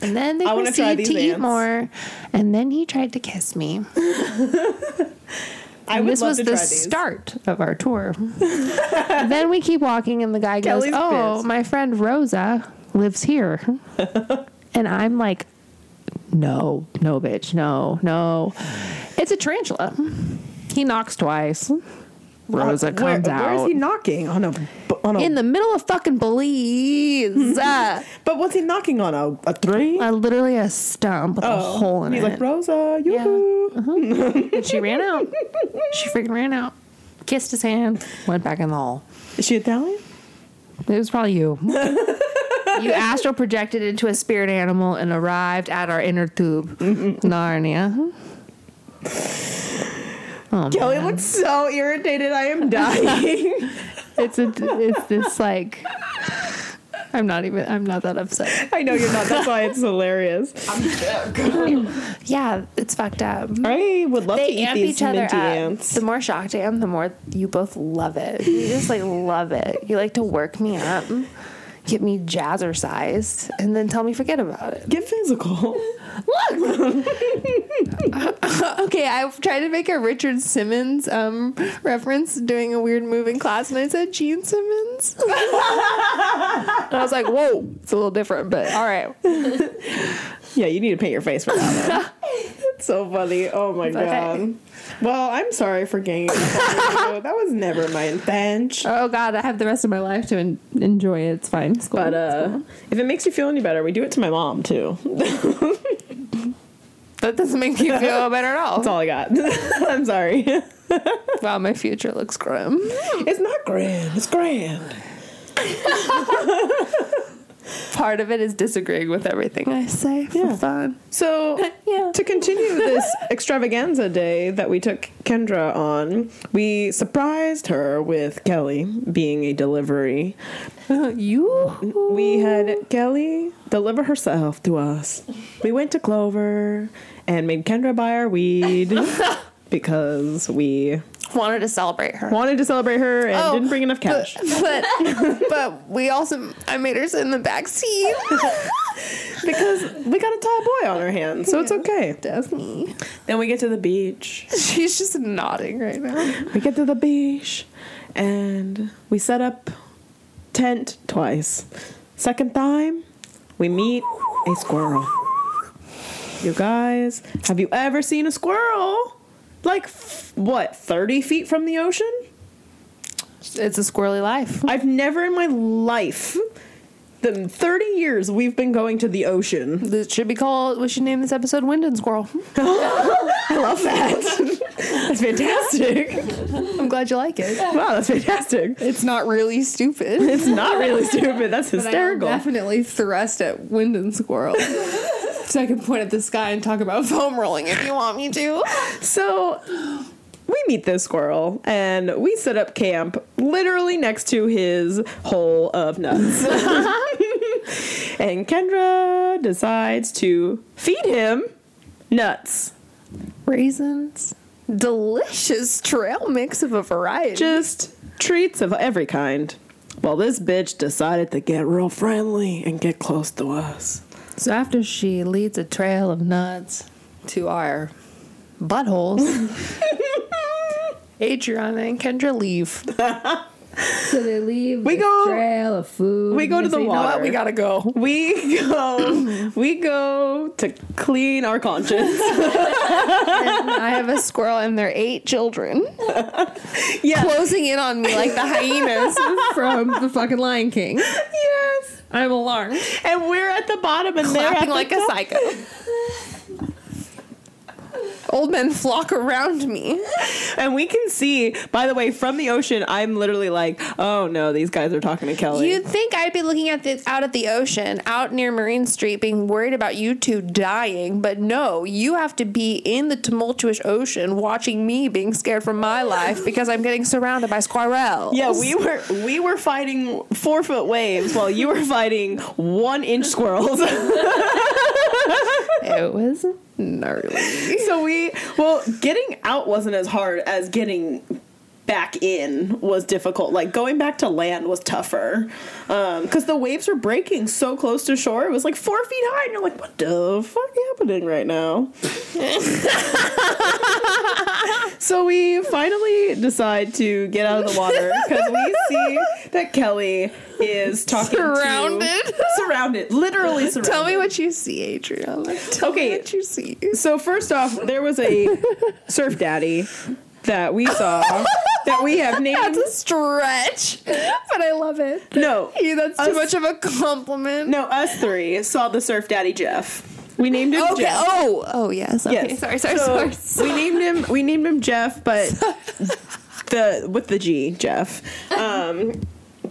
[SPEAKER 1] And then they
[SPEAKER 3] I wanna try
[SPEAKER 1] proceed
[SPEAKER 3] these
[SPEAKER 1] to eat
[SPEAKER 3] ants.
[SPEAKER 1] more. And then he tried to kiss me.
[SPEAKER 3] I
[SPEAKER 1] And
[SPEAKER 3] would
[SPEAKER 1] this
[SPEAKER 3] love
[SPEAKER 1] was
[SPEAKER 3] to
[SPEAKER 1] the
[SPEAKER 3] try these.
[SPEAKER 1] start of our tour. then we keep walking, and the guy goes,
[SPEAKER 3] Kelly's
[SPEAKER 1] "Oh,
[SPEAKER 3] pissed."
[SPEAKER 1] my friend Rosa lives here," and I'm like, "No, no, bitch, no, no." It's a tarantula. He knocks twice. Rosa
[SPEAKER 3] Where-
[SPEAKER 1] comes out
[SPEAKER 3] Where is he knocking on a on a?
[SPEAKER 1] in the middle of fucking Belize. uh,
[SPEAKER 3] but what's he knocking on a a tree?
[SPEAKER 1] uh, literally a stump with a hole in
[SPEAKER 3] He's
[SPEAKER 1] it.
[SPEAKER 3] like Rosa. yoo-hoo."
[SPEAKER 1] Uh-huh. and she ran out. She freaking ran out. Kissed his hand. Went back in the hole.
[SPEAKER 3] Is she Italian?
[SPEAKER 1] It was probably you. you astral projected into a spirit animal and arrived at our inner tube, Narnia. Oh,
[SPEAKER 3] Kelly looks so irritated. I am dying.
[SPEAKER 1] It's a, it's this like. I'm not even. I'm not that upset.
[SPEAKER 3] I know you're not. That's why it's hilarious.
[SPEAKER 1] Yeah, it's fucked up.
[SPEAKER 3] I would love to
[SPEAKER 1] They
[SPEAKER 3] eat
[SPEAKER 1] amp
[SPEAKER 3] these
[SPEAKER 1] each other up.
[SPEAKER 3] minty ants.
[SPEAKER 1] The more shocked I am, the more you both love it. You just like love it. You like to work me up, get me jazzercised, and then tell me forget about it.
[SPEAKER 3] Get physical.
[SPEAKER 1] Okay, I tried to make a Richard Simmons um, reference doing a weird move in class, and I said Gene Simmons. and I was like, whoa, it's a little different, but all right.
[SPEAKER 3] Yeah, you need to paint your face for that. one. That's so funny. Oh my god. Well, I'm sorry for getting. that was never my intention.
[SPEAKER 1] Oh, God, I have the rest of my life to en- enjoy it. It's fine. It's cool.
[SPEAKER 3] But uh, if it makes you feel any better, we do it to my mom too.
[SPEAKER 1] that doesn't make me feel better at all.
[SPEAKER 3] That's all I got. I'm sorry.
[SPEAKER 1] Wow, my future looks grim.
[SPEAKER 3] It's not grand. It's grand.
[SPEAKER 1] Part of it is disagreeing with everything I say for
[SPEAKER 3] Yeah.
[SPEAKER 1] fun.
[SPEAKER 3] So,
[SPEAKER 1] Yeah.
[SPEAKER 3] to continue this extravaganza day that we took Kendra on, we surprised her with Kelly being a delivery.
[SPEAKER 1] You?
[SPEAKER 3] We had Kelly deliver herself to us. We went to Clover and made Kendra buy our weed because we
[SPEAKER 1] Wanted to celebrate her.
[SPEAKER 3] wanted to celebrate her and
[SPEAKER 1] Oh,
[SPEAKER 3] didn't bring enough cash.
[SPEAKER 1] But, but we also, I made her sit in the back seat.
[SPEAKER 3] because we got a tall boy on our hands, so it's okay.
[SPEAKER 1] Daphne.
[SPEAKER 3] Then we get to the beach.
[SPEAKER 1] She's just nodding right now.
[SPEAKER 3] We get to the beach and we set up tent twice. Second time, we meet a squirrel. You guys, have you ever seen a squirrel? Like, f- what, 30 feet from the ocean?
[SPEAKER 1] It's a squirrely life.
[SPEAKER 3] I've never in my life, the 30 years we've been going to the ocean,
[SPEAKER 1] This should be called, we should name this episode Wind and Squirrel.
[SPEAKER 3] I love that. that's fantastic.
[SPEAKER 1] I'm glad you like it.
[SPEAKER 3] Wow, that's fantastic.
[SPEAKER 1] It's not really stupid.
[SPEAKER 3] It's not really stupid. That's hysterical.
[SPEAKER 1] definitely thrust at Wind and Squirrel. so I can point at the sky and talk about foam rolling if you want me to.
[SPEAKER 3] So we meet this squirrel and we set up camp literally next to his hole of nuts. and Kendra decides to feed him nuts.
[SPEAKER 1] Raisins. Delicious trail mix of a variety.
[SPEAKER 3] Just treats of every kind. Well, this bitch decided to get real friendly and get close to us.
[SPEAKER 1] So after she leads a trail of nuts to our buttholes, Adriana and Kendra leave.
[SPEAKER 7] So they leave
[SPEAKER 3] We
[SPEAKER 7] this
[SPEAKER 3] go-
[SPEAKER 7] trail of food.
[SPEAKER 3] we go to
[SPEAKER 7] and
[SPEAKER 3] the
[SPEAKER 7] they know
[SPEAKER 3] wallet.
[SPEAKER 7] her.
[SPEAKER 3] We gotta go. We go. we go to clean our conscience.
[SPEAKER 1] I have a squirrel and their eight children
[SPEAKER 3] Yeah.
[SPEAKER 1] closing in on me like the hyenas from the fucking Lion King.
[SPEAKER 3] yes.
[SPEAKER 1] I'm alarmed,
[SPEAKER 3] And we're at the bottom, and they're at
[SPEAKER 1] clapping
[SPEAKER 3] the
[SPEAKER 1] like a psycho. Old men flock around me.
[SPEAKER 3] And we can see, by the way, from the ocean, I'm literally like, oh no, these guys are talking to Kelly.
[SPEAKER 1] You'd think I'd be looking at this out at the ocean, out near Marine Street, being worried about you two dying, but no, you have to be in the tumultuous ocean watching me being scared for my life because I'm getting surrounded by squirrels.
[SPEAKER 3] yeah, we were we were fighting four foot waves while you were fighting one inch squirrels.
[SPEAKER 1] It
[SPEAKER 3] Oh,
[SPEAKER 1] was gnarly.
[SPEAKER 3] so we well, getting out wasn't as hard as getting back in was difficult. Like going back to land was tougher because the waves were breaking so close to shore. It was like four feet high, and you're like, what the fuck happening right now? So we finally decide to get out of the water because we see that Kelly is talking
[SPEAKER 1] Surrounded.
[SPEAKER 3] To, surrounded, literally surrounded.
[SPEAKER 1] Tell me what you see, Adriana. Tell
[SPEAKER 3] Okay.
[SPEAKER 1] me what you see.
[SPEAKER 3] So first off, there was a surf daddy that we saw Uh, that we have named.
[SPEAKER 1] That's a stretch, but I love it.
[SPEAKER 3] no,
[SPEAKER 1] Hey, that's too
[SPEAKER 3] Us-
[SPEAKER 1] much of a compliment.
[SPEAKER 3] no, us three saw the surf daddy Jeff. We named him
[SPEAKER 1] Okay.
[SPEAKER 3] Jeff.
[SPEAKER 1] Oh. Oh yes. Okay.
[SPEAKER 3] Yes.
[SPEAKER 1] Sorry. Sorry.
[SPEAKER 3] So,
[SPEAKER 1] sorry.
[SPEAKER 3] We named him. We named him Jeff, but the with the G, Jeff. Um,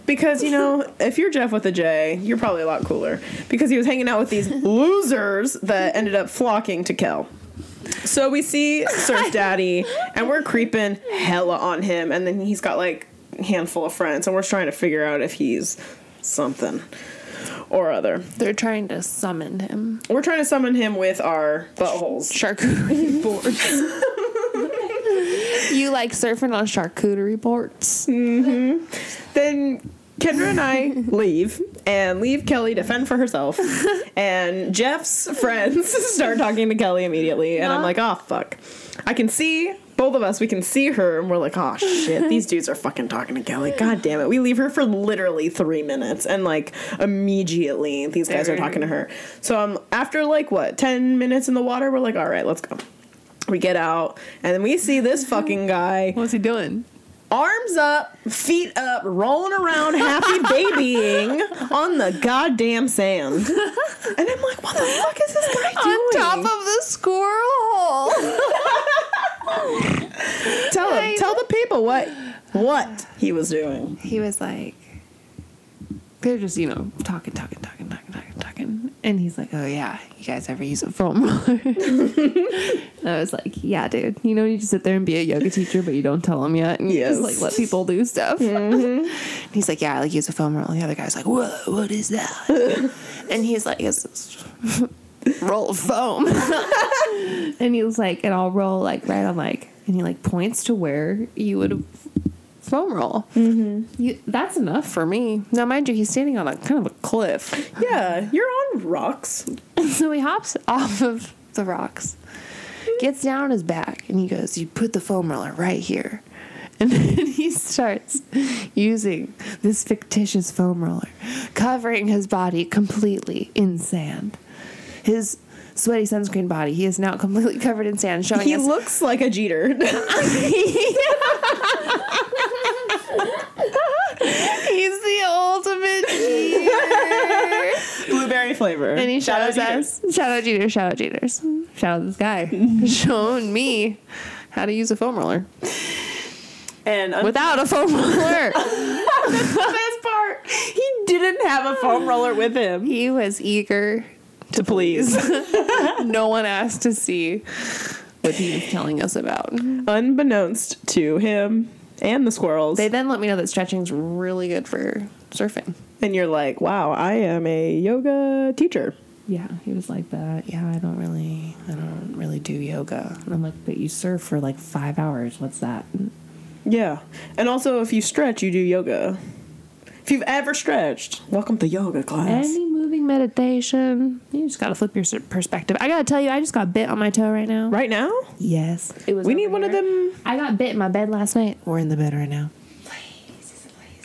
[SPEAKER 3] because you know, if you're Jeff with a J, you're probably a lot cooler. Because he was hanging out with these losers that ended up flocking to Kel. So we see Surf Daddy, and we're creeping hella on him, and then he's got like a handful of friends, and we're trying to figure out if he's something or other.
[SPEAKER 1] They're trying to summon him.
[SPEAKER 3] We're trying to summon him with our buttholes.
[SPEAKER 1] Charcuterie boards. you like surfing on charcuterie boards?
[SPEAKER 3] then Kendra and I leave and leave Kelly to fend for herself. and Jeff's friends start talking to Kelly immediately. And I'm like, oh, fuck. I can see both of us, we can see her. And we're like, oh, shit, these dudes are fucking talking to Kelly. God damn it. We leave her for literally three minutes. And like, immediately, these guys are talking to her. So um, after like, what, 10 minutes in the water, we're like, all right, let's go. We get out and then we see this fucking guy
[SPEAKER 1] What's he doing?
[SPEAKER 3] arms up, feet up, rolling around, happy babying on the goddamn sand. And I'm like, what the fuck is this guy doing?
[SPEAKER 1] On top of the squirrel hole.
[SPEAKER 3] tell him, tell the people what what he was doing.
[SPEAKER 1] he was like, they're just, you know, talking, talking, talking, talking, talking, talking. And he's like, oh, yeah, you guys ever use a foam roller? and I was like, yeah, dude. You know, you just sit there and be a yoga teacher, but you don't tell them yet. And you
[SPEAKER 3] Yes.
[SPEAKER 1] just like let people do stuff. and he's like, yeah, I like use a foam roller. And the other guy's like, whoa, what is that? and he's like, it's this roll of foam. and he was like, and I'll roll like right on like, and he like points to where you would foam roll. Mm-hmm. You, that's enough for me. Now, mind you, he's standing on a kind of a cliff,
[SPEAKER 3] Yeah, you're on rocks.
[SPEAKER 1] so he hops off of the rocks, gets down on his back, and he goes, "You put the foam roller right here." And then he starts using this fictitious foam roller, covering his body completely in sand. His sweaty sunscreen body, he is now completely covered in sand, showing
[SPEAKER 3] He
[SPEAKER 1] us
[SPEAKER 3] looks like a Jeter.
[SPEAKER 1] he's the ultimate cheater.
[SPEAKER 3] Blueberry flavor.
[SPEAKER 1] And he
[SPEAKER 3] Shout out
[SPEAKER 1] shout us. Shout out Jeter. Shout out Jeters. Shout out this guy. Showing me how to use a foam roller
[SPEAKER 3] And un-
[SPEAKER 1] without a foam roller.
[SPEAKER 3] the best part, he didn't have a foam roller with him
[SPEAKER 1] he was eager.
[SPEAKER 3] to please.
[SPEAKER 1] No one asked to see what he was telling us about.
[SPEAKER 3] Unbeknownst to him and the squirrels.
[SPEAKER 1] They then let me know that stretching's really good for surfing.
[SPEAKER 3] and you're like, wow, I am a yoga teacher.
[SPEAKER 1] Yeah, he was like that. Yeah, I don't really, I don't really do yoga. And I'm like, but you surf for like five hours. What's that?
[SPEAKER 3] Yeah. And also, if you stretch, you do yoga. If you've ever stretched, welcome to yoga class.
[SPEAKER 1] Any moving meditation, you just gotta flip your s- perspective. I gotta tell you, I just got bit on my toe right now.
[SPEAKER 3] right now,
[SPEAKER 1] Yes. It was
[SPEAKER 3] Mm-hmm. we need
[SPEAKER 1] over
[SPEAKER 3] one of
[SPEAKER 1] here.
[SPEAKER 3] them.
[SPEAKER 1] I got bit in my bed last night. We're in the bed right now.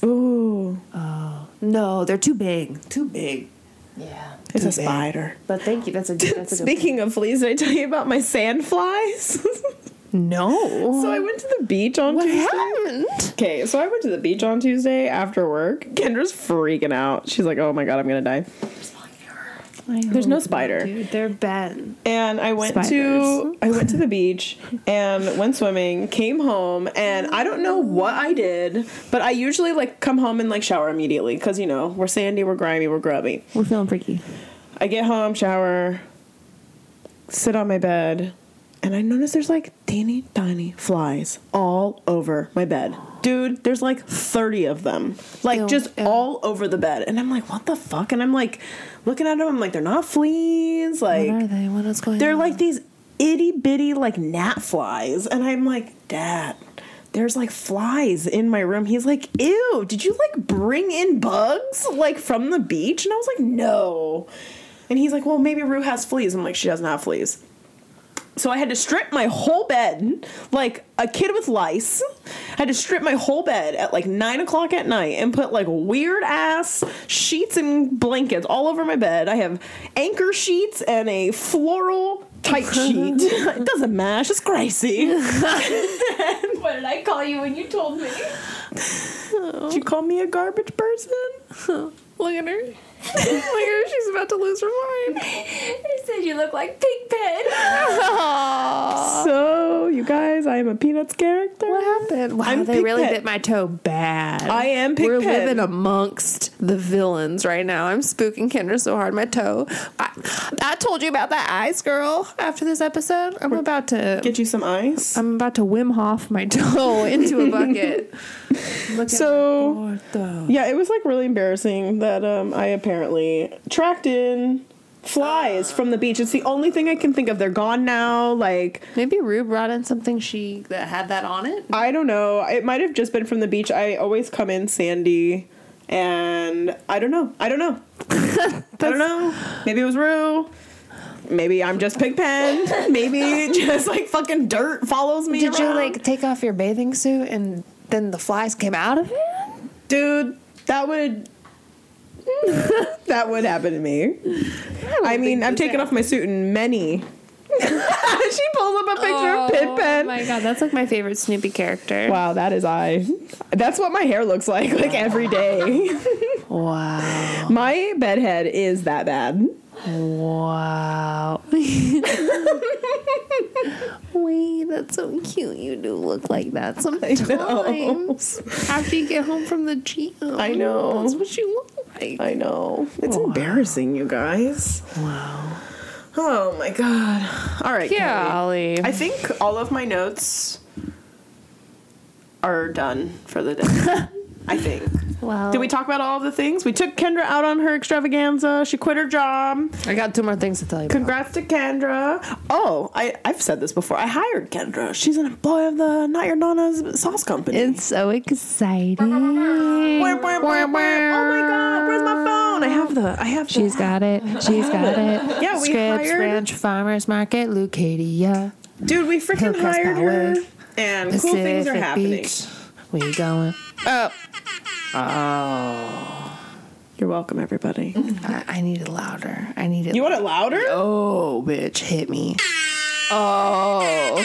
[SPEAKER 3] No,
[SPEAKER 1] Oh. No, they're too big.
[SPEAKER 3] too big.
[SPEAKER 6] Yeah.
[SPEAKER 3] It's a spider.
[SPEAKER 1] But thank you. That's a that's a good
[SPEAKER 3] Speaking of fleas, did I tell you about my sand flies?
[SPEAKER 1] no.
[SPEAKER 3] So I went to the beach on
[SPEAKER 1] what
[SPEAKER 3] Tuesday.
[SPEAKER 1] happened?
[SPEAKER 3] Okay, so I went to the beach on Tuesday after work. Kendra's freaking out. She's like, "Oh my god, I'm gonna die." There's no spider.
[SPEAKER 1] Dude, they're bent.
[SPEAKER 3] and I went
[SPEAKER 1] Spiders.
[SPEAKER 3] to I went to the beach and went swimming, came home, and I don't know what I did, but I usually like come home and like shower immediately because you know we're sandy, we're grimy, we're grubby.
[SPEAKER 1] We're feeling freaky.
[SPEAKER 3] I get home, shower, sit on my bed, and I notice there's like teeny tiny flies all over my bed. Dude, there's like 30 of them. Like
[SPEAKER 1] Ew,
[SPEAKER 3] just
[SPEAKER 1] ew.
[SPEAKER 3] all over the bed. And I'm like, what the fuck? And I'm like looking at them, I'm like, they're not fleas. Like
[SPEAKER 1] What are they? What is going
[SPEAKER 3] they're
[SPEAKER 1] on?
[SPEAKER 3] like these itty bitty like gnat flies, and I'm like, Dad, there's like flies in my room. He's like, Ew, did you like bring in bugs like from the beach? And I was like, No. And he's like, Well, maybe Rue has fleas. I'm like, She doesn't have fleas. So I had to strip my whole bed, like a kid with lice. I had to strip my whole bed at like nine o'clock at night and put like weird ass sheets and blankets all over my bed. I have anchor sheets and a floral type sheet. it doesn't mash. It's crazy.
[SPEAKER 6] What did I call you when you told me?
[SPEAKER 3] Did you call me a garbage person? Look at her. Look at her. She's about to lose her mind.
[SPEAKER 6] I said you look like Pigpen.
[SPEAKER 3] So, you guys, I am a Peanuts character.
[SPEAKER 1] What happened? Wow,
[SPEAKER 3] I'm
[SPEAKER 1] they really
[SPEAKER 3] Pigpen.
[SPEAKER 1] bit my toe bad.
[SPEAKER 3] I am Pigpen.
[SPEAKER 1] We're living amongst the villains right now. I'm spooking Kendra so hard. My toe. I, I told you about that ice girl after this episode. I'm about to.
[SPEAKER 3] Get you some ice.
[SPEAKER 1] I'm about to Wim Hof my toe into a bucket. Look
[SPEAKER 3] So-
[SPEAKER 1] at my door,
[SPEAKER 3] Yeah, it was like really embarrassing that um, I apparently tracked in flies from the beach. It's the only thing I can think of. They're gone now. Like
[SPEAKER 1] though. Maybe Rue brought in something she that had that on it.
[SPEAKER 3] I don't know. It might have just been from the beach. I always come in sandy, and I don't know. I don't know. I don't know. Maybe it was Rue. Maybe I'm just Pigpen. Maybe just like fucking dirt follows me.
[SPEAKER 1] Did you
[SPEAKER 3] around.
[SPEAKER 1] like take off your bathing suit and then the flies came out of it?
[SPEAKER 3] dude? That would. that would happen to me. I mean, I've taken off my suit in many. she pulls up a picture of Pigpen.
[SPEAKER 1] Oh my god, that's like my favorite Snoopy character.
[SPEAKER 3] Wow, that is I. That's what my hair looks like, like every day.
[SPEAKER 1] Wow.
[SPEAKER 3] my bedhead is that bad.
[SPEAKER 1] Wow. Wait, that's so cute. You do look like that sometimes. After you get home from the gym.
[SPEAKER 3] I know.
[SPEAKER 1] That's what you look like.
[SPEAKER 3] I know. It's embarrassing, you guys.
[SPEAKER 1] Wow.
[SPEAKER 3] Oh my god. All right.
[SPEAKER 1] Yeah,
[SPEAKER 3] Kelly.
[SPEAKER 1] Ollie.
[SPEAKER 3] I think all of my notes are done for the day. I think.
[SPEAKER 1] Wow.
[SPEAKER 3] Did we talk about all of the things? We took Kendra out on her extravaganza. She quit her job.
[SPEAKER 1] I got two more things to tell you. About.
[SPEAKER 3] Congrats to Kendra. Oh, I, I've said this before. I hired Kendra. She's an employee of the Not Your Nana's sauce company.
[SPEAKER 1] It's so exciting.
[SPEAKER 3] Wah, wah, wah, wah. Oh my god, where's my phone? I have the I have the
[SPEAKER 1] She's got it. She's got it.
[SPEAKER 3] Yeah, we
[SPEAKER 1] Scripps
[SPEAKER 3] hired-
[SPEAKER 1] Ranch Farmers Market, Lucadia.
[SPEAKER 3] Dude, we freaking
[SPEAKER 1] Hillcrest
[SPEAKER 3] hired her.
[SPEAKER 1] Highway.
[SPEAKER 3] And cool
[SPEAKER 1] Pacific
[SPEAKER 3] things are happening.
[SPEAKER 1] Beach. We going.
[SPEAKER 3] You're welcome, everybody.
[SPEAKER 1] I, I need it louder. I need it.
[SPEAKER 3] You want it louder?
[SPEAKER 1] oh, bitch, hit me. Oh.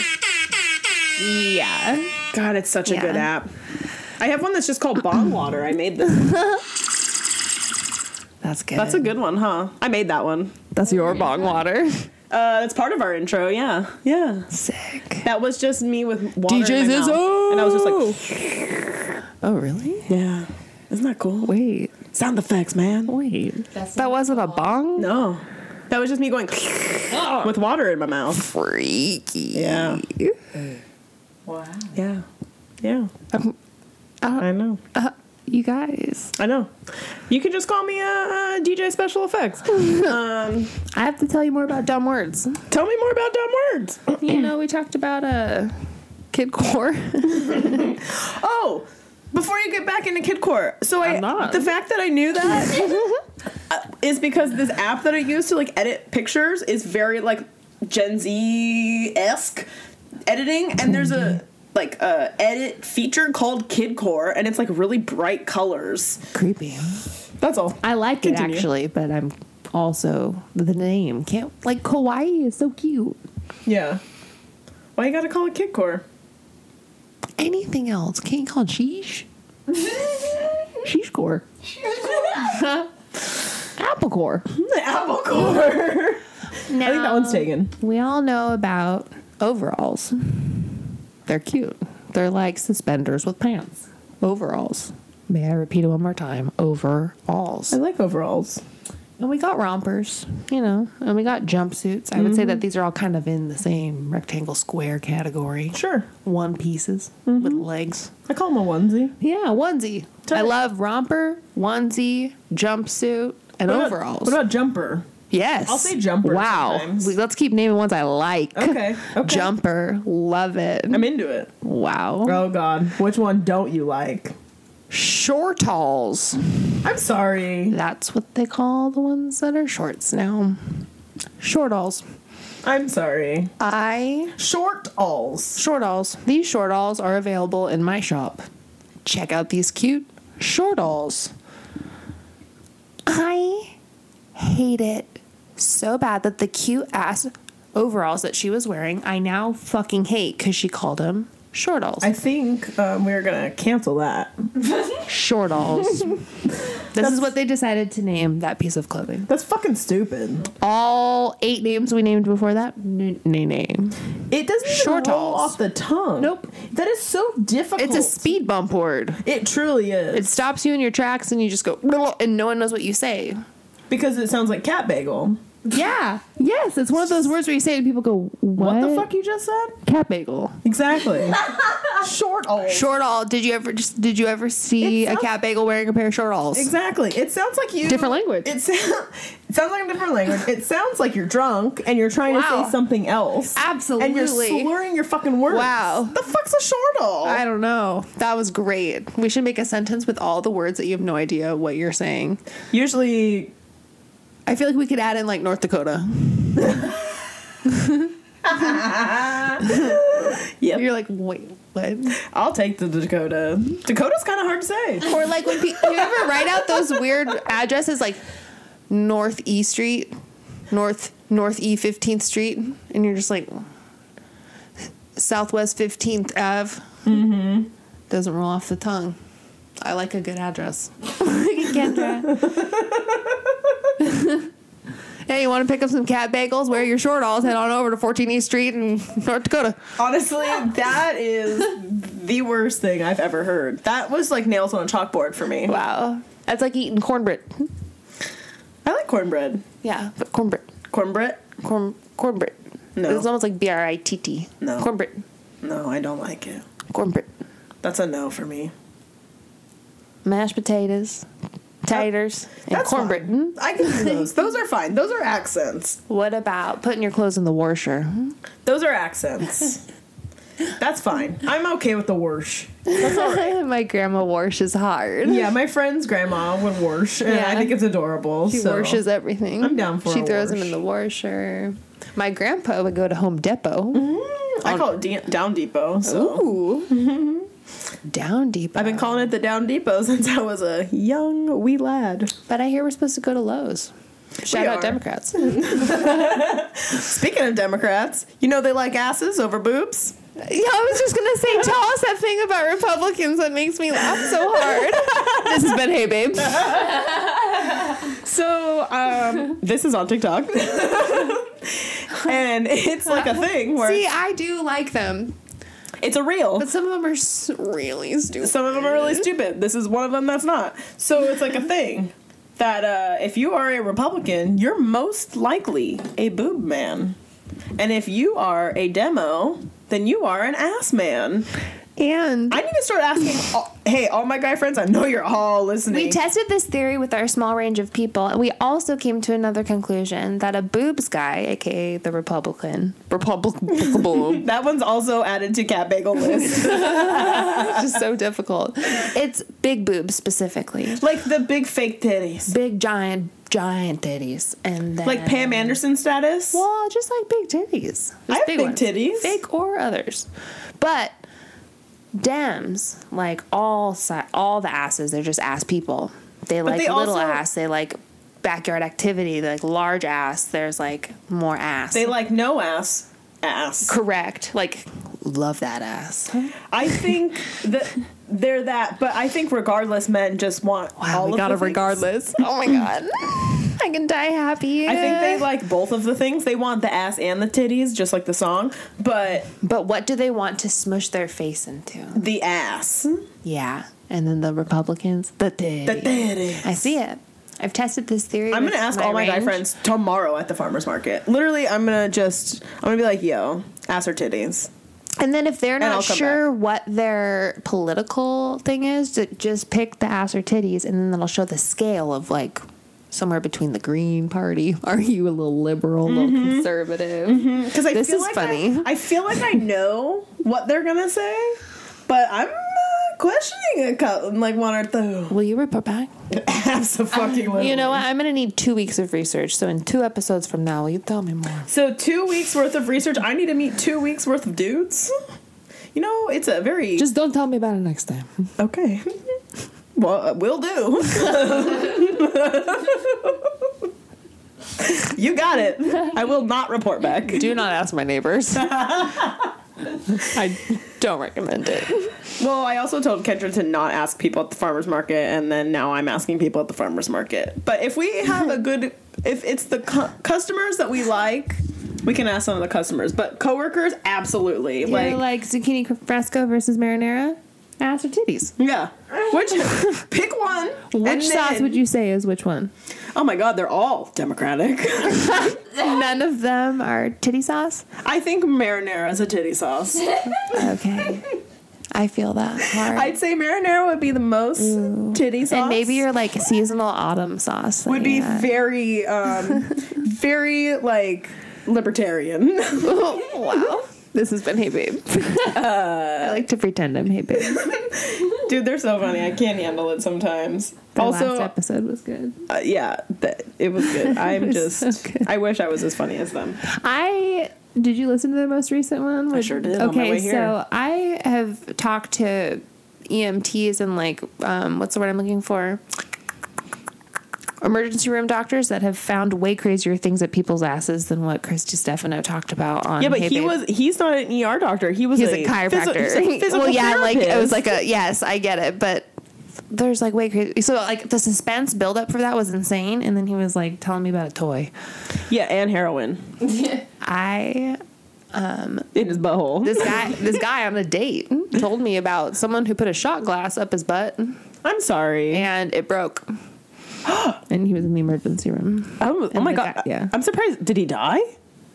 [SPEAKER 1] Yeah.
[SPEAKER 3] God, it's such a
[SPEAKER 1] Yeah.
[SPEAKER 3] good app. I have one that's just called Bong Water. I made this.
[SPEAKER 1] That's good.
[SPEAKER 3] That's a good one, huh? I made that one.
[SPEAKER 1] That's your bong water.
[SPEAKER 3] Uh, that's part of our intro. Yeah, yeah.
[SPEAKER 1] Sick.
[SPEAKER 3] That was just me with water. in
[SPEAKER 1] DJ
[SPEAKER 3] my mouth.
[SPEAKER 1] Zizzo!
[SPEAKER 3] and I was just like,
[SPEAKER 1] Oh, really?
[SPEAKER 3] yeah. Isn't that cool?
[SPEAKER 1] Wait,
[SPEAKER 3] Sound effects, man.
[SPEAKER 1] wait. that wasn't a bong?
[SPEAKER 3] No, that was just me going with water in my mouth.
[SPEAKER 1] Freaky.
[SPEAKER 3] Yeah,
[SPEAKER 6] Wow.
[SPEAKER 3] yeah, yeah.
[SPEAKER 1] Um, uh,
[SPEAKER 3] I know.
[SPEAKER 1] uh, you guys,
[SPEAKER 3] I know. You can just call me uh, uh, DJ Special Effects. Um,
[SPEAKER 1] I have to tell you more about dumb words.
[SPEAKER 3] Tell me more about dumb words.
[SPEAKER 1] you know, we talked about uh, Kid Core.
[SPEAKER 3] Oh, before you get back into Kid Core, so I
[SPEAKER 1] I'm not.
[SPEAKER 3] the fact that I knew that uh, is because this app that I use to like edit pictures is very like Gen Z esque editing, and there's a like uh, edit feature called Kidcore, and it's like really bright colors.
[SPEAKER 1] Creepy.
[SPEAKER 3] That's all.
[SPEAKER 1] I like it
[SPEAKER 3] Continue.
[SPEAKER 1] actually, but I'm also the name can't like Kawaii is so cute.
[SPEAKER 3] Yeah. Why you gotta call it Kidcore?
[SPEAKER 1] Anything else? Can't you call it sheesh? sheesh core. Apple core.
[SPEAKER 3] Apple Core. I think that one's taken.
[SPEAKER 1] We all know about overalls. They're cute. They're like suspenders with pants. Overalls. May I repeat it one more time? Overalls.
[SPEAKER 3] I like overalls.
[SPEAKER 1] And we got rompers, you know, and we got jumpsuits. I would say
[SPEAKER 3] Mm-hmm.
[SPEAKER 1] that these are all kind of in the same rectangle square category.
[SPEAKER 3] Sure.
[SPEAKER 1] One pieces with legs.
[SPEAKER 3] I call them a onesie.
[SPEAKER 1] Yeah, onesie. I
[SPEAKER 3] Totally.
[SPEAKER 1] love romper, onesie, jumpsuit, and
[SPEAKER 3] What about-
[SPEAKER 1] overalls.
[SPEAKER 3] what about jumper?
[SPEAKER 1] yes.
[SPEAKER 3] I'll say jumper
[SPEAKER 1] Wow.
[SPEAKER 3] sometimes.
[SPEAKER 1] We- Let's keep naming ones I like.
[SPEAKER 3] Okay, okay.
[SPEAKER 1] Jumper. Love it.
[SPEAKER 3] I'm into it.
[SPEAKER 1] wow.
[SPEAKER 3] Oh God, which one don't you like?
[SPEAKER 1] Shortalls.
[SPEAKER 3] I'm sorry.
[SPEAKER 1] That's what they call the ones that are shorts now. Shortalls.
[SPEAKER 3] I'm sorry.
[SPEAKER 1] I
[SPEAKER 3] Short alls.
[SPEAKER 1] shortalls. These shortalls are available in my shop. Check out these cute shortalls. I hate it so bad that the cute ass overalls that she was wearing, I now fucking hate because she called them shortalls.
[SPEAKER 3] I think um, we're gonna cancel that.
[SPEAKER 1] shortalls. this is what they decided to name that piece of clothing.
[SPEAKER 3] That's fucking stupid.
[SPEAKER 1] all eight names we named before that. N- nay, nay.
[SPEAKER 3] It doesn't even
[SPEAKER 1] Short
[SPEAKER 3] roll
[SPEAKER 1] alls.
[SPEAKER 3] off the tongue.
[SPEAKER 1] Nope.
[SPEAKER 3] That is so difficult.
[SPEAKER 1] It's a speed bump word.
[SPEAKER 3] It truly is.
[SPEAKER 1] It stops you in your tracks and you just go, and no one knows what you say.
[SPEAKER 3] because it sounds like cat bagel.
[SPEAKER 1] Yeah. Yes. It's one of those words where you say it and people go,
[SPEAKER 3] What,
[SPEAKER 1] what?
[SPEAKER 3] the fuck you just said?
[SPEAKER 1] Cat bagel.
[SPEAKER 3] Exactly. Short alls.
[SPEAKER 1] Short all. Did you ever just, did you ever see
[SPEAKER 3] It
[SPEAKER 1] a
[SPEAKER 3] sounds-
[SPEAKER 1] cat bagel wearing a pair of short alls?
[SPEAKER 3] Exactly. It sounds like you
[SPEAKER 1] Different language.
[SPEAKER 3] It, sound, it sounds like a different language. It sounds like you're drunk and you're trying to
[SPEAKER 1] Wow.
[SPEAKER 3] say something else. And you're
[SPEAKER 1] Absolutely.
[SPEAKER 3] slurring your fucking words.
[SPEAKER 1] Wow.
[SPEAKER 3] The fuck's a short all?
[SPEAKER 1] I don't know. That was great. We should make a sentence with all the words that you have no idea what you're saying.
[SPEAKER 3] Usually
[SPEAKER 1] I feel like we could add in like North Dakota.
[SPEAKER 3] Yep.
[SPEAKER 1] You're like, wait, what?
[SPEAKER 3] I'll take the Dakota. Dakota's kind of hard to say.
[SPEAKER 1] Or like when pe- you ever write out those weird addresses like North E Street, North North E Fifteenth Street, and you're just like Southwest Fifteenth Ave. Mm-hmm. Doesn't roll off the tongue. I like a good address. Kendra. hey, you want to pick up some cat bagels? Wear your short alls. Head on over to 14 East Street in North Dakota.
[SPEAKER 3] Honestly, that is the worst thing I've ever heard. That was like nails on a chalkboard for me.
[SPEAKER 1] Wow, that's like eating cornbread.
[SPEAKER 3] I like cornbread.
[SPEAKER 1] Yeah, but cornbread.
[SPEAKER 3] Cornbread?
[SPEAKER 1] corn cornbread.
[SPEAKER 3] No.
[SPEAKER 1] It's almost like B R I T T.
[SPEAKER 3] No.
[SPEAKER 1] Cornbread.
[SPEAKER 3] No, I don't like it.
[SPEAKER 1] Cornbread.
[SPEAKER 3] That's a no for me.
[SPEAKER 1] Mashed potatoes, taters, and
[SPEAKER 3] That's
[SPEAKER 1] cornbread. Hmm?
[SPEAKER 3] fine. I can do those. Those are fine. Those are accents.
[SPEAKER 1] What about putting your clothes in the washer?
[SPEAKER 3] Those are accents. That's fine. I'm okay with the worsh.
[SPEAKER 1] My grandma washes hard.
[SPEAKER 3] Yeah, my friend's grandma would worsh, and I
[SPEAKER 1] Yeah.
[SPEAKER 3] think it's adorable.
[SPEAKER 1] She
[SPEAKER 3] so.
[SPEAKER 1] washes everything.
[SPEAKER 3] I'm down for
[SPEAKER 1] She
[SPEAKER 3] a
[SPEAKER 1] throws them
[SPEAKER 3] wash.
[SPEAKER 1] in the washer. My grandpa would go to Home Depot.
[SPEAKER 3] Mm-hmm. Mm, I call it D- Down Depot. So.
[SPEAKER 1] Ooh. Down deep.
[SPEAKER 3] I've been calling it the Down Depot since I was a young wee lad.
[SPEAKER 1] But I hear we're supposed to go to Lowe's. Shout out
[SPEAKER 3] are.
[SPEAKER 1] Democrats.
[SPEAKER 3] Speaking of Democrats, you know they like asses over boobs.
[SPEAKER 1] Yeah, I was just gonna say, tell us that thing about Republicans that makes me laugh so hard. this has been Hey Babe.
[SPEAKER 3] So um, this is on TikTok, and it's like a thing where
[SPEAKER 1] See, I do like them,
[SPEAKER 3] it's a reel.
[SPEAKER 1] but some of them are s- really stupid.
[SPEAKER 3] Some of them are really stupid. This is one of them that's not. So it's like a thing that uh, if you are a Republican, you're most likely a boob man, and if you are a demo, then you are an ass man.
[SPEAKER 1] And
[SPEAKER 3] I need to start asking. all- hey, all my guy friends, I know you're all listening.
[SPEAKER 1] we tested this theory with our small range of people, and we also came to another conclusion that a boobs guy, aka the Republican,
[SPEAKER 5] Republican.
[SPEAKER 3] that one's also added to cat bagel list.
[SPEAKER 1] which is so difficult. It's big boobs specifically,
[SPEAKER 3] like the big fake titties.
[SPEAKER 1] big giant, giant titties, and then
[SPEAKER 3] Like Pam Anderson status.
[SPEAKER 1] Well, just like big titties. Just
[SPEAKER 3] I have big
[SPEAKER 1] ones.
[SPEAKER 3] titties.
[SPEAKER 1] Fake or others. But Dems like all si- all the asses. They're just ass people. They like
[SPEAKER 3] they
[SPEAKER 1] little
[SPEAKER 3] also-
[SPEAKER 1] ass. They like backyard activity. They like large ass. There's like more ass.
[SPEAKER 3] They like no ass ass.
[SPEAKER 1] correct. Like oh love that ass.
[SPEAKER 3] I think that they're that, but I think regardless, men just want all
[SPEAKER 5] we
[SPEAKER 3] of
[SPEAKER 5] got
[SPEAKER 3] the
[SPEAKER 5] it
[SPEAKER 3] things.
[SPEAKER 5] regardless.
[SPEAKER 1] Oh my god. I can die happy.
[SPEAKER 3] I think they like both of the things. They want the ass and the titties, just like the song, but
[SPEAKER 1] But what do they want to smush their face into?
[SPEAKER 3] the ass.
[SPEAKER 1] Yeah. And then the Republicans, the titty.
[SPEAKER 3] The titty.
[SPEAKER 1] I see it. I've tested this theory.
[SPEAKER 3] I'm
[SPEAKER 1] with
[SPEAKER 3] gonna ask all my guy
[SPEAKER 1] range.
[SPEAKER 3] friends tomorrow at the farmers market. Literally, I'm gonna just I'm gonna be like, yo, ass or titties.
[SPEAKER 1] And then if they're
[SPEAKER 3] I'll
[SPEAKER 1] not
[SPEAKER 3] come
[SPEAKER 1] sure what their political thing is, ju- just pick the ass or titties, and then it'll show the scale of like somewhere between the Green Party. Are you a little liberal, a little conservative?
[SPEAKER 3] Because I
[SPEAKER 1] This
[SPEAKER 3] feel
[SPEAKER 1] is
[SPEAKER 3] like
[SPEAKER 1] funny.
[SPEAKER 3] I, I feel like I know what they're gonna say, but I'm uh, questioning a couple, like one or two.
[SPEAKER 1] Will you report back?
[SPEAKER 3] Ass a fucking
[SPEAKER 1] You know what? I'm gonna need two weeks of research. So in two episodes from now, will you tell me more?
[SPEAKER 3] So two weeks worth of research. I need to meet two weeks worth of dudes. You know, it's a very
[SPEAKER 1] Just don't tell me about it next time.
[SPEAKER 3] okay. Well, uh, will do. you got it. I will not report back.
[SPEAKER 1] Do not ask my neighbors. I don't recommend it.
[SPEAKER 3] Well, I also told Kendra to not ask people at the farmers market, and then now I'm asking people at the farmers market. But if we have a good, if it's the cu- customers that we like, we can ask some of the customers. But coworkers, absolutely,
[SPEAKER 1] Like, like
[SPEAKER 3] like,
[SPEAKER 1] zucchini fresco versus marinara, ass or titties.
[SPEAKER 3] yeah. Which pick one? and
[SPEAKER 1] Which sauce
[SPEAKER 3] then-
[SPEAKER 1] would you say is which one?
[SPEAKER 3] Oh my God, they're all Democratic.
[SPEAKER 1] None of them are titty sauce.
[SPEAKER 3] I think marinara is a titty sauce.
[SPEAKER 1] Okay. I feel that hard.
[SPEAKER 3] I'd say marinara would be the most titty sauce,
[SPEAKER 1] and maybe your like seasonal autumn sauce that
[SPEAKER 3] would be
[SPEAKER 1] you had.
[SPEAKER 3] very, um, very like libertarian.
[SPEAKER 1] wow. This has been Hey Babe.
[SPEAKER 3] Uh,
[SPEAKER 1] I like to pretend I'm Hey Babe.
[SPEAKER 3] Dude, they're so funny. I can't handle it sometimes.
[SPEAKER 1] The last
[SPEAKER 3] also,
[SPEAKER 1] episode was good.
[SPEAKER 3] uh, yeah, th- it was good. I'm
[SPEAKER 1] was
[SPEAKER 3] just.
[SPEAKER 1] so good.
[SPEAKER 3] I wish I was as funny as them.
[SPEAKER 1] I did you listen to the most recent one? I
[SPEAKER 3] sure did, on my
[SPEAKER 1] Okay,
[SPEAKER 3] way here.
[SPEAKER 1] so I have talked to EMTs and like um, what's the word I'm looking for? Emergency room doctors that have found way crazier things at people's asses than what Chris Stefano talked about on.
[SPEAKER 3] Yeah, but
[SPEAKER 1] Um, Hey
[SPEAKER 3] he
[SPEAKER 1] Babe.
[SPEAKER 3] was—he's not an ER doctor. He was
[SPEAKER 1] He's
[SPEAKER 3] a,
[SPEAKER 1] a chiropractor. well, yeah, like it was like a yes, I get it, but there's like way crazy. So like the suspense buildup for that was insane, and then he was like telling me about a toy.
[SPEAKER 3] yeah, and heroin
[SPEAKER 1] I
[SPEAKER 3] in his butthole.
[SPEAKER 1] this guy this guy on a date told me about someone who put a shot glass up his butt
[SPEAKER 3] I'm sorry.
[SPEAKER 1] and it broke. and he was in the emergency room.
[SPEAKER 3] oh, oh
[SPEAKER 1] and
[SPEAKER 3] my
[SPEAKER 1] the
[SPEAKER 3] god.
[SPEAKER 1] guy- yeah.
[SPEAKER 3] I'm surprised. Did he die?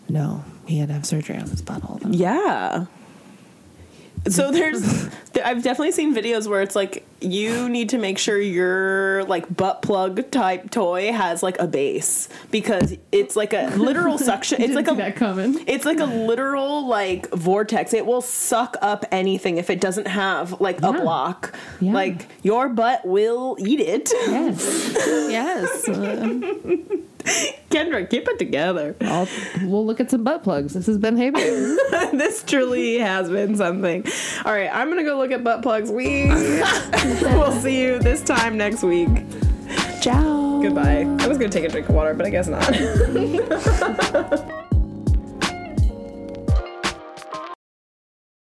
[SPEAKER 1] No, he had to have surgery on his butthole. Though.
[SPEAKER 3] Yeah. So there's, there, I've definitely seen videos where it's like you need to make sure your like butt plug type toy has like a base because it's like a literal suction. It's like a
[SPEAKER 7] coming.
[SPEAKER 3] it's like a literal like vortex. It will suck up anything if it doesn't have like a block.
[SPEAKER 7] Yeah.
[SPEAKER 3] Like your butt will eat it.
[SPEAKER 7] Yes.
[SPEAKER 1] Yes. Uh,
[SPEAKER 3] Kendra, keep it together.
[SPEAKER 7] I'll, we'll look at some butt plugs. This has been Hey Babe.
[SPEAKER 3] this truly has been something. All right, I'm gonna go look at butt plugs. We will see you this time next week.
[SPEAKER 1] ciao.
[SPEAKER 3] Goodbye. I was gonna take a drink of water, but I guess not.